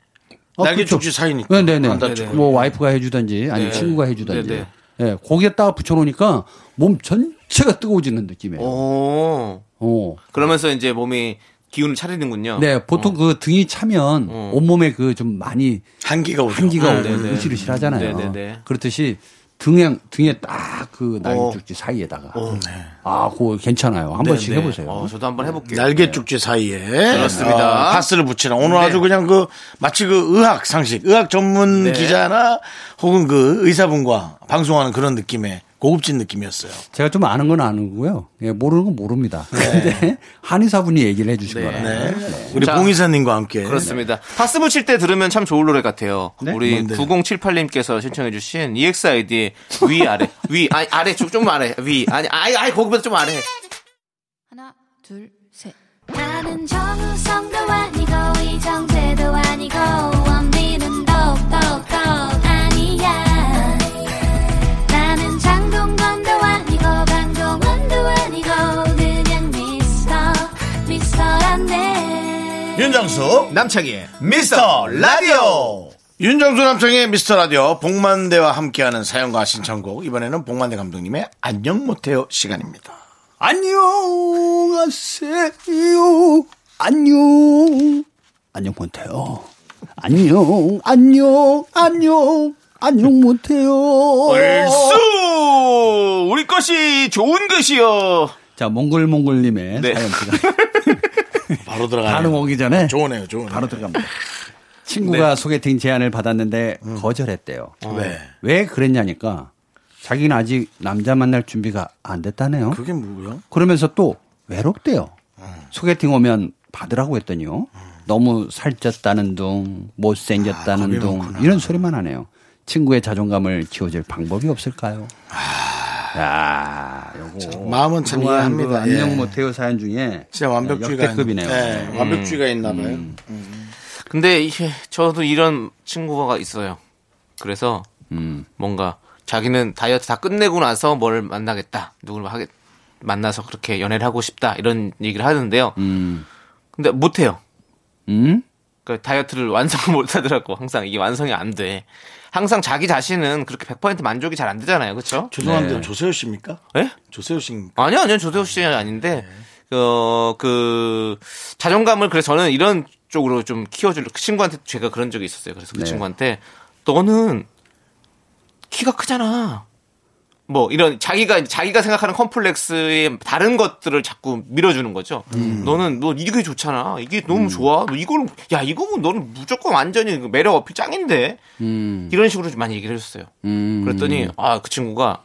[SPEAKER 1] 날개 쪽지 사이니까
[SPEAKER 5] 네네네.
[SPEAKER 1] 안
[SPEAKER 2] 닿죠.
[SPEAKER 5] 뭐 와이프가 해주든지 아니면 친구가 해주든지.
[SPEAKER 2] 네네.
[SPEAKER 5] 예, 거기에 딱 붙여놓으니까 몸 전체가 뜨거워지는 느낌이에요.
[SPEAKER 2] 오.
[SPEAKER 5] 어.
[SPEAKER 2] 그러면서 이제 몸이 기운을 차리는군요.
[SPEAKER 5] 네, 보통 그 등이 차면 온몸에 그 좀 많이
[SPEAKER 1] 한기가 오죠
[SPEAKER 5] 한기가 오고
[SPEAKER 2] 네네.
[SPEAKER 5] 으실으실 하잖아요.
[SPEAKER 2] 네네네.
[SPEAKER 5] 그렇듯이 등에 등에 딱 그 날개죽지 사이에다가 아, 그거 괜찮아요. 한 번씩
[SPEAKER 2] 어. 네.
[SPEAKER 5] 해보세요.
[SPEAKER 2] 어, 저도 한번 해볼게요.
[SPEAKER 1] 날개 쭉지 사이에
[SPEAKER 2] 그렇습니다.
[SPEAKER 1] 어, 파스를 붙이라 오늘
[SPEAKER 2] 네.
[SPEAKER 1] 아주 그냥 그 마치 그 의학 상식 의학 전문
[SPEAKER 2] 네.
[SPEAKER 1] 기자나 혹은 그 의사분과 방송하는 그런 느낌의 고급진 느낌이었어요.
[SPEAKER 5] 제가 좀 아는 건 아는고요. 예, 모르는 건 모릅니다.
[SPEAKER 2] 네.
[SPEAKER 5] 근데 [LAUGHS] 한의사분이 얘기를 해주신 거라.
[SPEAKER 1] 네. 우리
[SPEAKER 2] 자,
[SPEAKER 1] 봉 이사님과 함께
[SPEAKER 2] 그렇습니다. 파스 붙일 때 들으면 참 좋을 노래 같아요. 우리
[SPEAKER 1] 네? 뭔데요?
[SPEAKER 2] 9078님께서 신청해주신 E EXID의 위 아래 위 아니, 아래 좀, 좀 아래 위 아니 아예 아예 거기보다 좀 아래
[SPEAKER 6] 하나, 둘, 셋.
[SPEAKER 3] 나는 정우성도 아니고 이정재도 아니고 원빈은 더욱더 아니야 나는 장동건도 아니고 강동원도 아니고 그냥 미스터 미스터란데
[SPEAKER 1] 예, 윤정수
[SPEAKER 2] 남창희
[SPEAKER 1] 미스터 라디오 윤정수 남창의 미스터 라디오 복만대와 함께하는 사연과 신청곡 이번에는 복만대 감독님의 안녕 못해요 시간입니다.
[SPEAKER 5] 안녕하세요. 안녕. 안녕 못해요. 안녕, 안녕, 안녕. 안녕 못해요.
[SPEAKER 1] 어?
[SPEAKER 2] 얼쑤! 우리 것이 좋은 것이요.
[SPEAKER 5] 자, 몽글몽글님의
[SPEAKER 2] 네. [LAUGHS]
[SPEAKER 5] 사연 제가
[SPEAKER 1] 바로 들어가요.
[SPEAKER 5] [LAUGHS] 반응 오기 전에
[SPEAKER 1] 좋으네요, 좋으네요.
[SPEAKER 5] 바로 들어갑니다. 친구가 소개팅 제안을 받았는데
[SPEAKER 1] 음.
[SPEAKER 5] 거절했대요.
[SPEAKER 1] 네.
[SPEAKER 5] 왜 그랬냐니까 자기는 아직 남자 만날 준비가 안 됐다네요.
[SPEAKER 1] 그게 음. 뭐고요?
[SPEAKER 5] 그러면서 또 외롭대요. 소개팅 오면 받으라고 했더니요.
[SPEAKER 1] 음.
[SPEAKER 5] 너무 살쪘다는 둥, 못생겼다는
[SPEAKER 1] 아, 겁이
[SPEAKER 5] 둥,
[SPEAKER 1] 많구나.
[SPEAKER 5] 이런 소리만 하네요. 친구의 자존감을 지워줄 방법이 없을까요? 야, 요거.
[SPEAKER 1] 마음은 아. 참
[SPEAKER 5] 그동안 그
[SPEAKER 1] 이해합니다. 예.
[SPEAKER 5] 뭐 안녕 못해요 사연 중에
[SPEAKER 1] 진짜 완벽주의가
[SPEAKER 5] 역대급이네요. 음.
[SPEAKER 1] 아니- 네, 완벽주의가 있나 봐요.
[SPEAKER 2] 근데 이게 저도 이런 친구가 있어요. 그래서
[SPEAKER 1] 음.
[SPEAKER 2] 뭔가 자기는 다이어트 다 끝내고 나서 뭘 만나겠다. 누구를 하겠 만나서 그렇게 연애를 하고 싶다. 이런 얘기를 하는데요.
[SPEAKER 1] 음.
[SPEAKER 2] 근데 못 해요.
[SPEAKER 5] 음?
[SPEAKER 2] 그러니까 다이어트를 [LAUGHS] 완성을 못 하더라고. 항상 이게 완성이 안 돼. 항상 자기 자신은 그렇게 100% 만족이 잘 안 되잖아요. 그렇죠?
[SPEAKER 1] 죄송한데
[SPEAKER 5] 네.
[SPEAKER 1] 조세호 씨입니까?
[SPEAKER 2] 예?
[SPEAKER 1] 조세호
[SPEAKER 5] [LAUGHS]
[SPEAKER 1] 씨입니까?
[SPEAKER 2] 아니요, 아니요, 조세호 씨 아닌데, 어, 그, 자존감을, 그래서 저는 이런 쪽으로 좀 키워줄, 그 친구한테 제가 그런 적이 있었어요. 그래서 그
[SPEAKER 5] 네.
[SPEAKER 2] 친구한테, 너는 키가 크잖아. 뭐, 이런, 자기가, 자기가 생각하는 컴플렉스의 다른 것들을 자꾸 밀어주는 거죠. 너는, 너 이게 좋잖아. 이게 너무 좋아. 너 이거는, 야, 이거는 너는 무조건 완전히 그 매력 어필 짱인데. 이런 식으로 좀 많이 얘기를 해줬어요. 그랬더니 아 그 친구가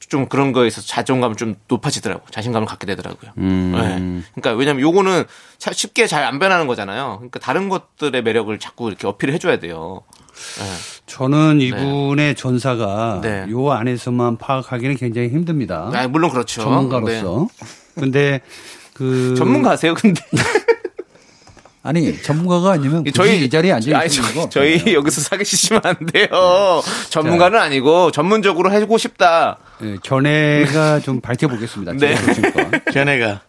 [SPEAKER 2] 좀 그런 거에 있어서 자존감이 좀 높아지더라고 자신감을 갖게 되더라고요.
[SPEAKER 5] 음.
[SPEAKER 2] 네. 그러니까 왜냐면 요거는 차- 쉽게 잘 안 변하는 거잖아요. 그러니까 다른 것들의 매력을 자꾸 이렇게 어필을 해줘야 돼요.
[SPEAKER 5] 저는 이분의 전사가
[SPEAKER 2] 네.
[SPEAKER 5] 요 안에서만 파악하기는 굉장히 힘듭니다.
[SPEAKER 2] 아, 물론 그렇죠.
[SPEAKER 5] 네? 전문가로서. [LAUGHS] 근데 그
[SPEAKER 2] 네. 전문가세요,
[SPEAKER 5] [LAUGHS]
[SPEAKER 2] 근데
[SPEAKER 5] 아니 전문가가 아니면 저희
[SPEAKER 2] 저희
[SPEAKER 5] 이 자리에 앉아
[SPEAKER 2] 아니,
[SPEAKER 5] 있는 거 네.
[SPEAKER 2] 저희, 저희 여기서 사귀시면 안 돼요. 전문가는 아니고 전문적으로 해주고 싶다.
[SPEAKER 5] 견해가 네, 좀 밝혀보겠습니다.
[SPEAKER 2] 네.
[SPEAKER 5] 제가 보실 거.
[SPEAKER 1] 걔네가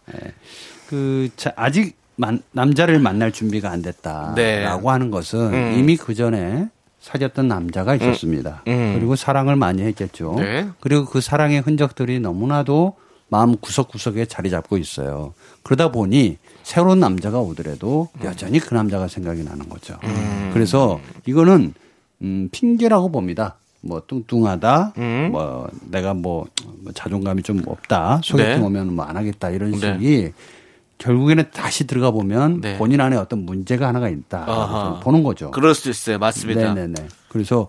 [SPEAKER 5] 그 자, 아직 만- 남자를 만날 준비가 안 됐다라고
[SPEAKER 2] 네.
[SPEAKER 5] 하는 것은
[SPEAKER 2] 음.
[SPEAKER 5] 이미 그 전에 사귀었던 남자가 있었습니다. 그리고 사랑을 많이 했겠죠.
[SPEAKER 2] 음. 네.
[SPEAKER 5] 그리고 그 사랑의 흔적들이 너무나도 마음 구석구석에 자리 잡고 있어요. 그러다 보니 새로운 남자가 오더라도
[SPEAKER 2] 음.
[SPEAKER 5] 여전히 그 남자가 생각이 나는 거죠. 그래서 이거는 음, 핑계라고 봅니다. 뭐 뚱뚱하다,
[SPEAKER 2] 음.
[SPEAKER 5] 뭐 내가 뭐뭐 자존감이 좀 없다, 소개팅
[SPEAKER 2] 네.
[SPEAKER 5] 오면 뭐 안 하겠다 이런
[SPEAKER 2] 네.
[SPEAKER 5] 식이 결국에는 다시 들어가 보면
[SPEAKER 2] 네.
[SPEAKER 5] 본인 안에 어떤 문제가 하나가 있다
[SPEAKER 2] 아하.
[SPEAKER 5] 저는 보는 거죠.
[SPEAKER 2] 그럴 수도 있어요. 맞습니다.
[SPEAKER 5] 네네네. 그래서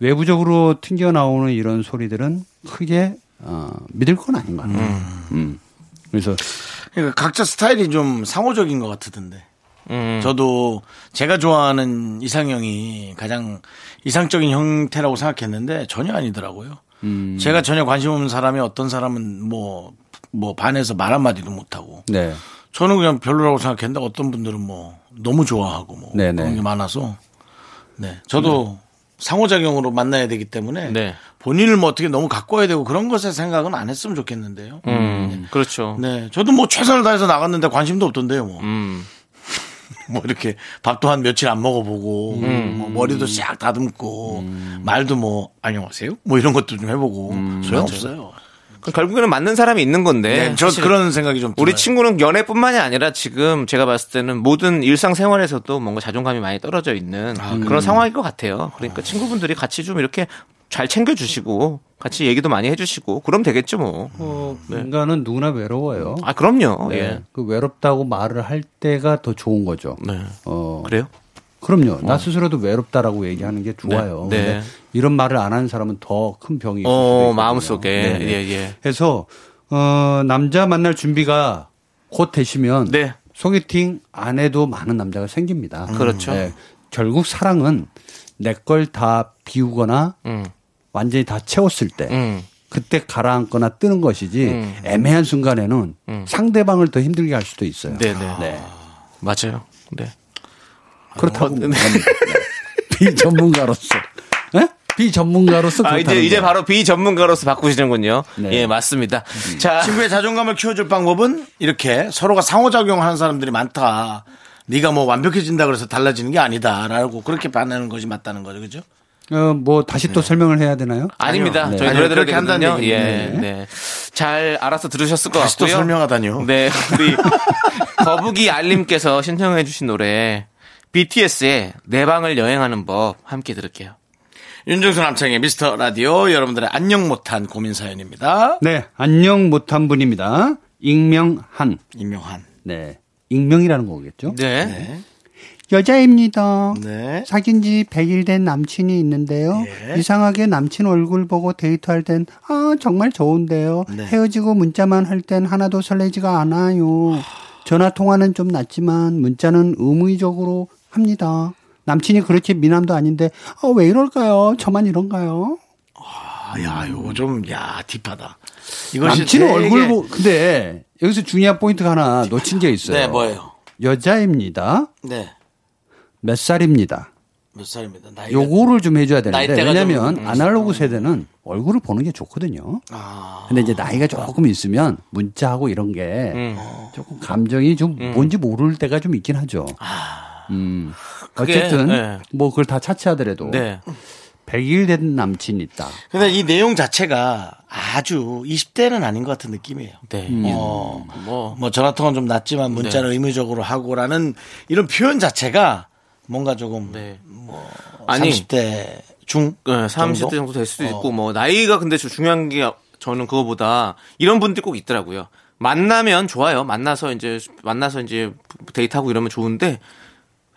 [SPEAKER 5] 외부적으로 튕겨 나오는 이런 소리들은 크게 어, 믿을 건 아닌 것 같아요. 음. 그래서
[SPEAKER 1] 그러니까 각자 스타일이 좀 상호적인 것 같던데.
[SPEAKER 5] 음.
[SPEAKER 1] 저도 제가 좋아하는 이상형이 가장 이상적인 형태라고 생각했는데 전혀 아니더라고요.
[SPEAKER 5] 음.
[SPEAKER 1] 제가 전혀 관심 없는 사람이 어떤 사람은 뭐, 뭐 반해서 말 한마디도 못하고
[SPEAKER 5] 네.
[SPEAKER 1] 저는 그냥 별로라고 생각했는데 어떤 분들은 뭐 너무 좋아하고 뭐
[SPEAKER 5] 네네.
[SPEAKER 1] 그런 게 많아서 네 저도 상호작용으로 만나야 되기 때문에
[SPEAKER 2] 네.
[SPEAKER 1] 본인을 뭐 어떻게 너무 가꿔야 되고 그런 것에 생각은 안 했으면 좋겠는데요.
[SPEAKER 2] 음, 그렇죠.
[SPEAKER 1] 네 저도 뭐 최선을 다해서 나갔는데 관심도 없던데요. 뭐,
[SPEAKER 2] 음,
[SPEAKER 1] [LAUGHS] 뭐 이렇게 밥도 한 며칠 안 먹어보고
[SPEAKER 2] 음.
[SPEAKER 1] 뭐 머리도 싹 다듬고 말도 뭐 안녕하세요 뭐 이런 것도 좀 해보고
[SPEAKER 2] 음.
[SPEAKER 1] 소용없어요.
[SPEAKER 2] 그럼 그러니까 결국에는 맞는 사람이 있는 건데.
[SPEAKER 1] 네, 저
[SPEAKER 2] 사실은
[SPEAKER 1] 그런 생각이 좀
[SPEAKER 2] 우리
[SPEAKER 1] 들어요.
[SPEAKER 2] 친구는 연애뿐만이 아니라 지금 제가 봤을 때는 모든 일상생활에서도 뭔가 자존감이 많이 떨어져 있는 그런 상황인 것 아, 음. 같아요. 그러니까 친구분들이 같이 좀 이렇게 잘 챙겨주시고 같이 얘기도 많이 해주시고 그럼 되겠죠 뭐.
[SPEAKER 5] 인간은 누구나 외로워요.
[SPEAKER 2] 아 그럼요.
[SPEAKER 5] 네.
[SPEAKER 2] 예.
[SPEAKER 5] 그 외롭다고 말을 할 때가 더 좋은 거죠.
[SPEAKER 2] 네.
[SPEAKER 5] 어,
[SPEAKER 2] 그래요? 어.
[SPEAKER 5] 그럼요. 나 스스로도 외롭다라고 얘기하는 게 좋아요.
[SPEAKER 2] 네.
[SPEAKER 5] 근데 이런 말을 안 하는 사람은 더 큰 병이 있을 수도
[SPEAKER 2] 어
[SPEAKER 5] 있거든요.
[SPEAKER 2] 마음속에
[SPEAKER 5] 네, 네.
[SPEAKER 2] 예 예.
[SPEAKER 5] 그래서 어, 남자 만날 준비가 곧 되시면
[SPEAKER 2] 네.
[SPEAKER 5] 소개팅 안 해도 많은 남자가 생깁니다. 네.
[SPEAKER 2] 그렇죠.
[SPEAKER 5] 결국 사랑은 내 걸 다 비우거나 완전히 다 채웠을 때
[SPEAKER 2] 음.
[SPEAKER 5] 그때 가라앉거나 뜨는 것이지 애매한 순간에는 상대방을 더 힘들게 할 수도 있어요.
[SPEAKER 2] 음. 네네. 맞아요. 네. 아,
[SPEAKER 5] 그렇다고 네. 비전문가로서 예? 비전문가로서
[SPEAKER 2] 아
[SPEAKER 5] 그렇다는
[SPEAKER 2] 이제 이제
[SPEAKER 5] 거예요.
[SPEAKER 2] 바로 비전문가로서 바꾸시는군요.
[SPEAKER 5] 네.
[SPEAKER 2] 예 맞습니다. 자
[SPEAKER 1] 친구의 자존감을 키워줄 방법은 이렇게 서로가 상호작용하는 사람들이 많다. 네가 뭐 완벽해진다 그래서 달라지는 게 아니다라고 그렇게 반하는 것이 맞다는 거죠, 그죠?
[SPEAKER 5] 어, 뭐 다시 또 설명을 해야 되나요?
[SPEAKER 2] 네.
[SPEAKER 5] 네.
[SPEAKER 2] 아닙니다.
[SPEAKER 5] 아니요.
[SPEAKER 2] 저희
[SPEAKER 1] 아니요,
[SPEAKER 2] 노래 들어야
[SPEAKER 1] 그렇게 한다는
[SPEAKER 2] 되거든요. 예,
[SPEAKER 1] 얘기입니다.
[SPEAKER 2] 네. 잘 알아서 들으셨을 것
[SPEAKER 1] 다시 또
[SPEAKER 2] 같고요.
[SPEAKER 1] 설명하다니요.
[SPEAKER 2] 네, [LAUGHS] 우리 거북이 알림께서 어? 신청해주신 노래 BTS의 내 방을 여행하는 법 함께 들을게요.
[SPEAKER 1] 윤정수 남창의 미스터 라디오 여러분들의 안녕 못한 고민 사연입니다.
[SPEAKER 5] 네, 안녕 못한 분입니다. 익명한.
[SPEAKER 1] 임명환.
[SPEAKER 5] 네, 익명이라는 거겠죠?
[SPEAKER 2] 네.
[SPEAKER 5] 여자입니다.
[SPEAKER 1] 네.
[SPEAKER 5] 사귄 지 100일 된 남친이 있는데요. 이상하게 남친 얼굴 보고 데이트할 땐, 아, 정말 좋은데요.
[SPEAKER 1] 네.
[SPEAKER 5] 헤어지고 문자만 할 땐 하나도 설레지가 않아요. 전화 통화는 좀 낫지만, 문자는 의무적으로 합니다. 남친이 그렇게 미남도 아닌데, 아, 왜 이럴까요? 저만 이런가요?
[SPEAKER 1] 아, 야, 요거 좀, 야, 딥하다. 이것이
[SPEAKER 5] 남친은
[SPEAKER 1] 되게-
[SPEAKER 5] 얼굴 보, 근데, 여기서 중요한 포인트가 하나 놓친 게 있어요.
[SPEAKER 1] 네, 뭐예요?
[SPEAKER 5] 여자입니다.
[SPEAKER 1] 네.
[SPEAKER 5] 몇 살입니다.
[SPEAKER 1] 몇 살입니다. 나이
[SPEAKER 5] 요거를 좀 해줘야 되는데
[SPEAKER 1] 나이대가
[SPEAKER 5] 왜냐하면
[SPEAKER 1] 좀, 음,
[SPEAKER 5] 아날로그 세대는 얼굴을 보는 게 좋거든요.
[SPEAKER 1] 아.
[SPEAKER 5] 근데 이제 나이가 조금 있으면 문자하고 이런 게
[SPEAKER 1] 음.
[SPEAKER 5] 조금 감정이 좀 뭔지 모를 때가 좀 있긴 하죠.
[SPEAKER 1] 아.
[SPEAKER 5] 음. 어쨌든
[SPEAKER 2] 네.
[SPEAKER 5] 뭐 그걸 다 차치하더라도
[SPEAKER 2] 네.
[SPEAKER 5] 100일 된 남친 있다.
[SPEAKER 1] 근데 이 내용 자체가 아주 20대는 아닌 것 같은 느낌이에요.
[SPEAKER 2] 네.
[SPEAKER 1] 어,
[SPEAKER 2] 뭐.
[SPEAKER 1] 뭐 전화통화는 좀 낫지만
[SPEAKER 2] 네.
[SPEAKER 1] 문자를 의무적으로 하고라는 이런 표현 자체가 뭔가 조금
[SPEAKER 2] 네.
[SPEAKER 1] 뭐
[SPEAKER 2] 아니.
[SPEAKER 1] 30대 중
[SPEAKER 2] 네, 30대 정도 될 수도 있고 뭐 나이가 근데 저 중요한 게 저는 그거보다 이런 분들 꼭 있더라고요. 만나면 좋아요. 만나서 이제 만나서 이제 데이트하고 이러면 좋은데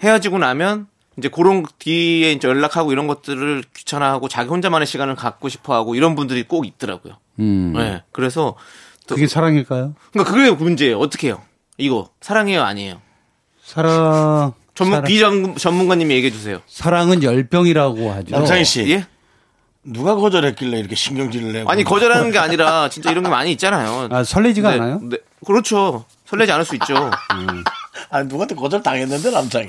[SPEAKER 2] 헤어지고 나면 이제 그런 뒤에 이제 연락하고 이런 것들을 귀찮아하고 자기 혼자만의 시간을 갖고 싶어하고 이런 분들이 꼭 있더라고요.
[SPEAKER 5] 음.
[SPEAKER 2] 네, 그래서
[SPEAKER 5] 그게 사랑일까요?
[SPEAKER 2] 그러니까 그게 문제예요. 어떻게 해요? 이거 사랑해요 아니에요?
[SPEAKER 5] 사랑
[SPEAKER 2] 전문
[SPEAKER 5] 사랑-
[SPEAKER 2] 비전 전문가님이 얘기해 주세요.
[SPEAKER 5] 사랑은 열병이라고 하죠.
[SPEAKER 1] 남창희 씨
[SPEAKER 2] 예?
[SPEAKER 1] 누가 거절했길래 이렇게 신경질을 내고
[SPEAKER 2] 아니 거절하는 게 아니라 진짜 이런 게 많이 있잖아요.
[SPEAKER 5] 아, 설레지가
[SPEAKER 2] 네,
[SPEAKER 5] 않아요?
[SPEAKER 2] 네. 그렇죠. 설레지 않을 수 있죠.
[SPEAKER 1] 아니 누가한테 거절 당했는데 [LAUGHS] 남창이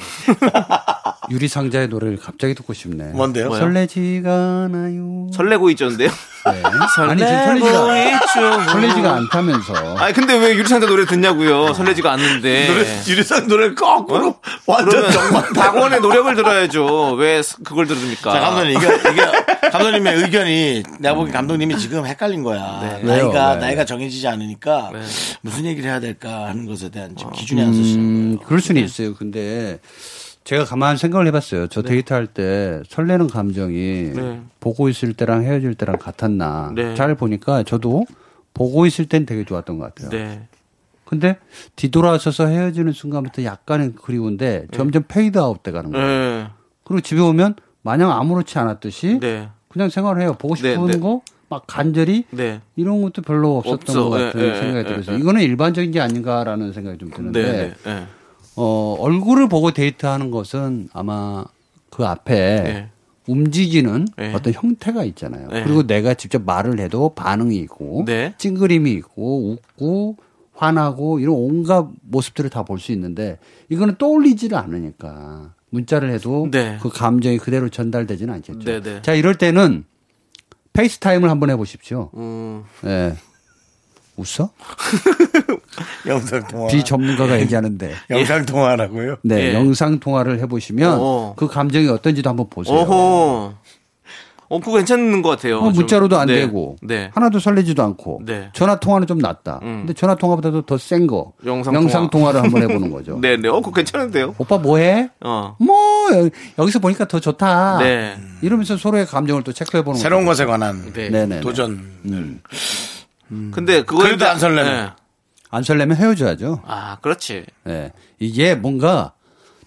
[SPEAKER 5] 유리상자의 노래를 갑자기 듣고 싶네.
[SPEAKER 1] 뭔데요?
[SPEAKER 5] 설레지가 않아요.
[SPEAKER 2] 설레고 있죠인데요.
[SPEAKER 5] 네. 아니 지금 설레지가
[SPEAKER 2] 있죠. 뭐.
[SPEAKER 5] 설레지가 않다면서.
[SPEAKER 2] 아니 근데 왜 유리상자 노래 듣냐고요. 설레지가 않는데.
[SPEAKER 1] 노래, 유리상 노래를 거꾸로 완전
[SPEAKER 2] 그러면
[SPEAKER 1] 정말
[SPEAKER 2] 박원의 노력을 들어야죠. 왜 스- 그걸 들으니까?
[SPEAKER 1] 자, 감독님, 이게, 이게, 감독님의 의견이, 내가 보기엔 감독님이 지금 헷갈린 거야.
[SPEAKER 5] 왜요?
[SPEAKER 1] 나이가,
[SPEAKER 5] 네.
[SPEAKER 1] 나이가 정해지지 않으니까, 무슨 얘기를 해야 될까 하는 것에 대한 지금 기준이 안 서시는 거예요.
[SPEAKER 5] 음, 그럴 수는 있어요. 근데 제가 가만 생각을 해봤어요. 저
[SPEAKER 2] 네.
[SPEAKER 5] 데이트할 때 설레는 감정이 보고 있을 때랑 헤어질 때랑 같았나.
[SPEAKER 2] 네.
[SPEAKER 5] 잘 보니까 저도 보고 있을 땐 되게 좋았던 것 같아요.
[SPEAKER 2] 네.
[SPEAKER 5] 근데 뒤돌아서서 헤어지는 순간부터 약간은 그리운데 점점 페이드아웃 돼 가는 거예요.
[SPEAKER 2] 네.
[SPEAKER 5] 그리고 집에 오면 마냥 아무렇지 않았듯이
[SPEAKER 2] 네.
[SPEAKER 5] 그냥 생활을 해요. 보고
[SPEAKER 2] 네,
[SPEAKER 5] 싶은
[SPEAKER 2] 네.
[SPEAKER 5] 거 막 간절히
[SPEAKER 2] 네.
[SPEAKER 5] 이런 것도 별로 없었던
[SPEAKER 2] 없어.
[SPEAKER 5] 것 같은
[SPEAKER 2] 예, 예,
[SPEAKER 5] 생각이
[SPEAKER 2] 예,
[SPEAKER 5] 들어서
[SPEAKER 2] 예.
[SPEAKER 5] 이거는 일반적인 게 아닌가라는 생각이 좀
[SPEAKER 2] 네.
[SPEAKER 5] 드는데
[SPEAKER 2] 네. 네.
[SPEAKER 5] 어, 얼굴을 보고 데이트하는 것은 아마 그 앞에
[SPEAKER 2] 네.
[SPEAKER 5] 움직이는
[SPEAKER 2] 네.
[SPEAKER 5] 어떤 형태가 있잖아요.
[SPEAKER 2] 네.
[SPEAKER 5] 그리고 내가 직접 말을 해도 반응이 있고
[SPEAKER 2] 네.
[SPEAKER 5] 찡그림이 있고 웃고 화나고 이런 온갖 모습들을 다 볼 수 있는데 이거는 떠올리지를 않으니까 문자를 해도
[SPEAKER 2] 네.
[SPEAKER 5] 그 감정이 그대로 전달되지는 않겠죠.
[SPEAKER 2] 네, 네.
[SPEAKER 5] 자 이럴 때는 페이스타임을 한번 해보십시오.
[SPEAKER 2] 음.
[SPEAKER 5] 예. 웃어?
[SPEAKER 1] 영상통화.
[SPEAKER 2] 네.
[SPEAKER 5] 비전문가가 얘기하는데.
[SPEAKER 1] 예. 영상통화라고요?
[SPEAKER 5] 네,
[SPEAKER 2] 예.
[SPEAKER 5] 영상 통화를 해보시면
[SPEAKER 2] 어.
[SPEAKER 5] 그 감정이 어떤지도 한번 보세요.
[SPEAKER 2] 오호. 어, 그거 괜찮은 것 같아요.
[SPEAKER 5] 어,
[SPEAKER 2] 좀.
[SPEAKER 5] 문자로도 안
[SPEAKER 2] 네.
[SPEAKER 5] 되고
[SPEAKER 2] 네.
[SPEAKER 5] 하나도 설레지도 않고
[SPEAKER 2] 네. 음.
[SPEAKER 5] 전화 통화는 좀 낫다. 근데 전화 통화보다도 더 센 거.
[SPEAKER 2] 영상
[SPEAKER 5] 를
[SPEAKER 2] [LAUGHS]
[SPEAKER 5] 한번 해보는 거죠.
[SPEAKER 2] 네, 네. 어, 그거 괜찮은데요?
[SPEAKER 5] 오빠 뭐해?
[SPEAKER 2] 어.
[SPEAKER 5] 뭐 여- 여기서 보니까 더 좋다.
[SPEAKER 2] 네.
[SPEAKER 5] 이러면서 서로의 감정을 또 체크해보는
[SPEAKER 1] 새로운 것에 관한
[SPEAKER 2] 네.
[SPEAKER 5] 거죠. 네네.
[SPEAKER 1] 도전.
[SPEAKER 5] 음.
[SPEAKER 2] 근데 그거
[SPEAKER 1] 그래도 안 설레네.
[SPEAKER 5] 안 설레면 헤어져야죠.
[SPEAKER 2] 아, 그렇지.
[SPEAKER 5] 네. 이게 뭔가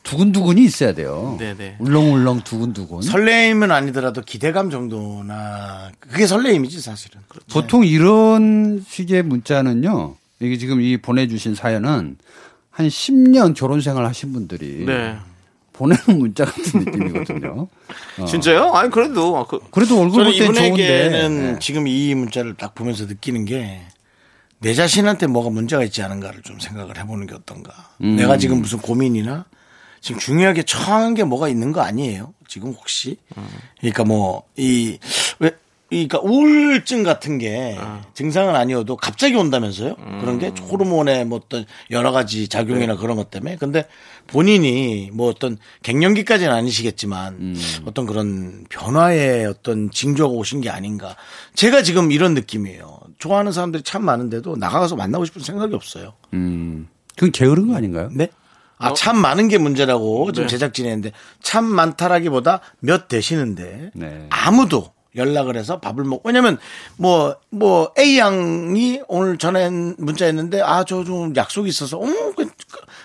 [SPEAKER 5] 두근두근이 있어야 돼요.
[SPEAKER 2] 네네.
[SPEAKER 5] 울렁울렁 두근두근.
[SPEAKER 1] 설레임은 아니더라도 기대감 정도나, 그게 설레임이지, 사실은.
[SPEAKER 5] 보통 이런 식의 문자는요. 이게 지금 이 보내주신 사연은 한 10년 결혼 생활 하신 분들이
[SPEAKER 2] 네.
[SPEAKER 5] 보내는 문자 같은 느낌이거든요. 어.
[SPEAKER 2] 진짜요? 아니 그래도 아, 그,
[SPEAKER 5] 그래도 얼굴
[SPEAKER 1] 저는
[SPEAKER 5] 볼 땐 좋은데.
[SPEAKER 1] 이분에게는
[SPEAKER 5] 네.
[SPEAKER 1] 지금 이 문자를 딱 보면서 느끼는 게 내 자신한테 뭐가 문제가 있지 않은가를 좀 생각을 해보는 게 어떤가. 내가 지금 무슨 고민이나 지금 중요하게 처한 게 뭐가 있는 거 아니에요? 지금 혹시? 그러니까 뭐, 이, 왜, 그러니까 우울증 같은 게 증상은 아니어도 갑자기 온다면서요? 그런 게 호르몬의 뭐 어떤 여러 가지 작용이나 그런 것 때문에. 근데 본인이 뭐 어떤 갱년기까지는 아니시겠지만 어떤 그런 변화의 어떤 징조가 오신 게 아닌가. 제가 지금 이런 느낌이에요. 좋아하는 사람들이 참 많은데도 나가서 만나고 싶은 생각이 없어요.
[SPEAKER 5] 그건 게으른 음. 거 아닌가요?
[SPEAKER 1] 네? 아, 참 많은 게 문제라고 지금 제작진이 했는데 참 많다라기보다 몇 되시는데
[SPEAKER 5] 네.
[SPEAKER 1] 아무도 연락을 해서 밥을 먹고 왜냐면 뭐 뭐 A 양이 오늘 전에 문자했는데 아 저 좀 약속이 있어서 음 괜-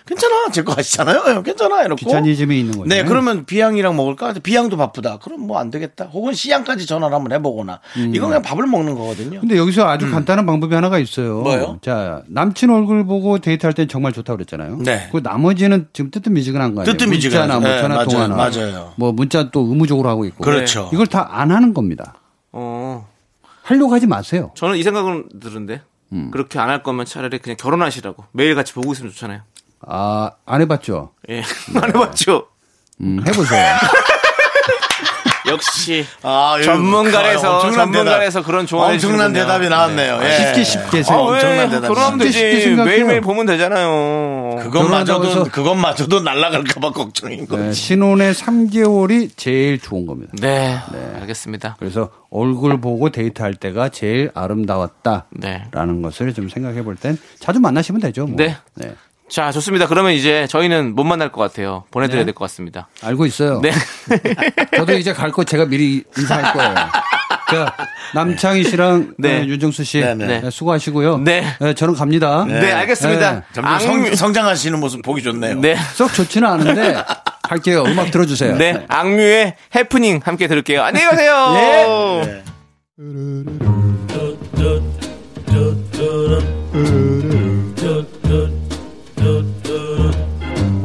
[SPEAKER 1] 괜찮아 제 거 아시잖아요 예, 괜찮아 이렇게
[SPEAKER 5] 귀차니즘이 있는 거죠.
[SPEAKER 1] 네 그러면 B 양이랑 먹을까 B 양도 바쁘다 그럼 뭐 안 되겠다 혹은 C 양까지 전화를 한번 해보거나
[SPEAKER 5] 음.
[SPEAKER 1] 이건 그냥 밥을 먹는 거거든요
[SPEAKER 5] 근데 여기서 아주 간단한 방법이 하나가 있어요.
[SPEAKER 1] 음. 뭐요?
[SPEAKER 5] 자, 남친 얼굴 보고 데이트할 땐 정말 좋다 그랬잖아요.
[SPEAKER 1] 네.
[SPEAKER 5] 그 나머지는 지금 뜨뜻미지근한 거 아니에요?
[SPEAKER 1] 뜨뜻미지근하죠.
[SPEAKER 5] 문자나 뭐
[SPEAKER 1] 네,
[SPEAKER 5] 전화
[SPEAKER 1] 맞아요.
[SPEAKER 5] 통화나
[SPEAKER 1] 맞아요.
[SPEAKER 5] 뭐 문자 또 의무적으로 하고 있고.
[SPEAKER 1] 그렇죠.
[SPEAKER 5] 이걸 다 안 하는 겁니다.
[SPEAKER 2] 어,
[SPEAKER 5] 하려고 하지 마세요.
[SPEAKER 2] 저는 이 생각은 드는데
[SPEAKER 5] 음.
[SPEAKER 2] 그렇게 안 할 거면 차라리 그냥 결혼하시라고 매일 같이 보고 있으면 좋잖아요.
[SPEAKER 5] 아, 안 해봤죠?
[SPEAKER 2] 예, [LAUGHS] 안 해봤죠.
[SPEAKER 5] 음, 해보세요.
[SPEAKER 2] [LAUGHS] 역시
[SPEAKER 1] 아,
[SPEAKER 2] 전문가에서,
[SPEAKER 1] 아, 엄청난
[SPEAKER 2] 전문가에서
[SPEAKER 1] 대답.
[SPEAKER 2] 그런 조언을
[SPEAKER 1] 엄청난
[SPEAKER 2] 해주시는군요.
[SPEAKER 1] 대답이 나왔네요. 예.
[SPEAKER 5] 쉽게 쉽게
[SPEAKER 2] 아,
[SPEAKER 5] 생각.
[SPEAKER 2] 왜?
[SPEAKER 1] 엄청난 대답.
[SPEAKER 2] 결혼하면
[SPEAKER 5] 쉽게 쉽게
[SPEAKER 2] 되지.
[SPEAKER 5] 생각해요.
[SPEAKER 2] 매일매일 보면 되잖아요.
[SPEAKER 1] 그것마저도
[SPEAKER 5] 결혼한다고 해서-
[SPEAKER 1] 그것마저도 날아갈까봐 걱정인 거지.
[SPEAKER 5] 네, 신혼의 3개월이 제일 좋은 겁니다.
[SPEAKER 2] 네, 알겠습니다.
[SPEAKER 5] 그래서 얼굴 보고 데이트할 때가 제일 아름다웠다라는
[SPEAKER 2] 네.
[SPEAKER 5] 것을 좀 생각해 볼 땐 자주 만나시면 되죠. 뭐.
[SPEAKER 2] 네. 자, 좋습니다. 그러면 이제 저희는 못 만날 것 같아요. 보내드려야
[SPEAKER 5] 네.
[SPEAKER 2] 될 것 같습니다.
[SPEAKER 5] 알고 있어요.
[SPEAKER 2] 네.
[SPEAKER 5] 저도 이제 갈 거 제가 미리
[SPEAKER 2] [LAUGHS]
[SPEAKER 5] 인사할 거예요. 자, 남창희 씨랑
[SPEAKER 2] 네.
[SPEAKER 5] 어, 윤정수 씨
[SPEAKER 1] 네, 네.
[SPEAKER 5] 네, 수고하시고요.
[SPEAKER 2] 네.
[SPEAKER 5] 저는 갑니다.
[SPEAKER 2] 네, 알겠습니다.
[SPEAKER 5] 네.
[SPEAKER 1] 점점
[SPEAKER 2] 악-
[SPEAKER 1] 성, 성장하시는 모습 보기 좋네요.
[SPEAKER 2] 네.
[SPEAKER 5] 썩 좋지는 않은데 갈게요. 음악
[SPEAKER 2] [LAUGHS]
[SPEAKER 5] 들어주세요.
[SPEAKER 2] 네. 악뮤의 해프닝 함께 들을게요. 안녕히 가세요.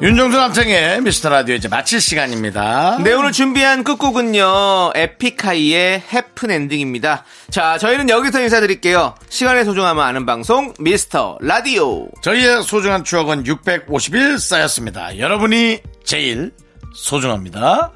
[SPEAKER 1] 윤정수 남창의 미스터 라디오 이제 마칠 시간입니다.
[SPEAKER 2] [LAUGHS] 네, 오늘 준비한 끝곡은요, 에픽하이의 해픈엔딩입니다. 자, 저희는 여기서 인사드릴게요. 시간의 소중함을 아는 방송, 미스터 라디오.
[SPEAKER 1] 저희의 소중한 추억은 651 쌓였습니다. 여러분이 제일 소중합니다.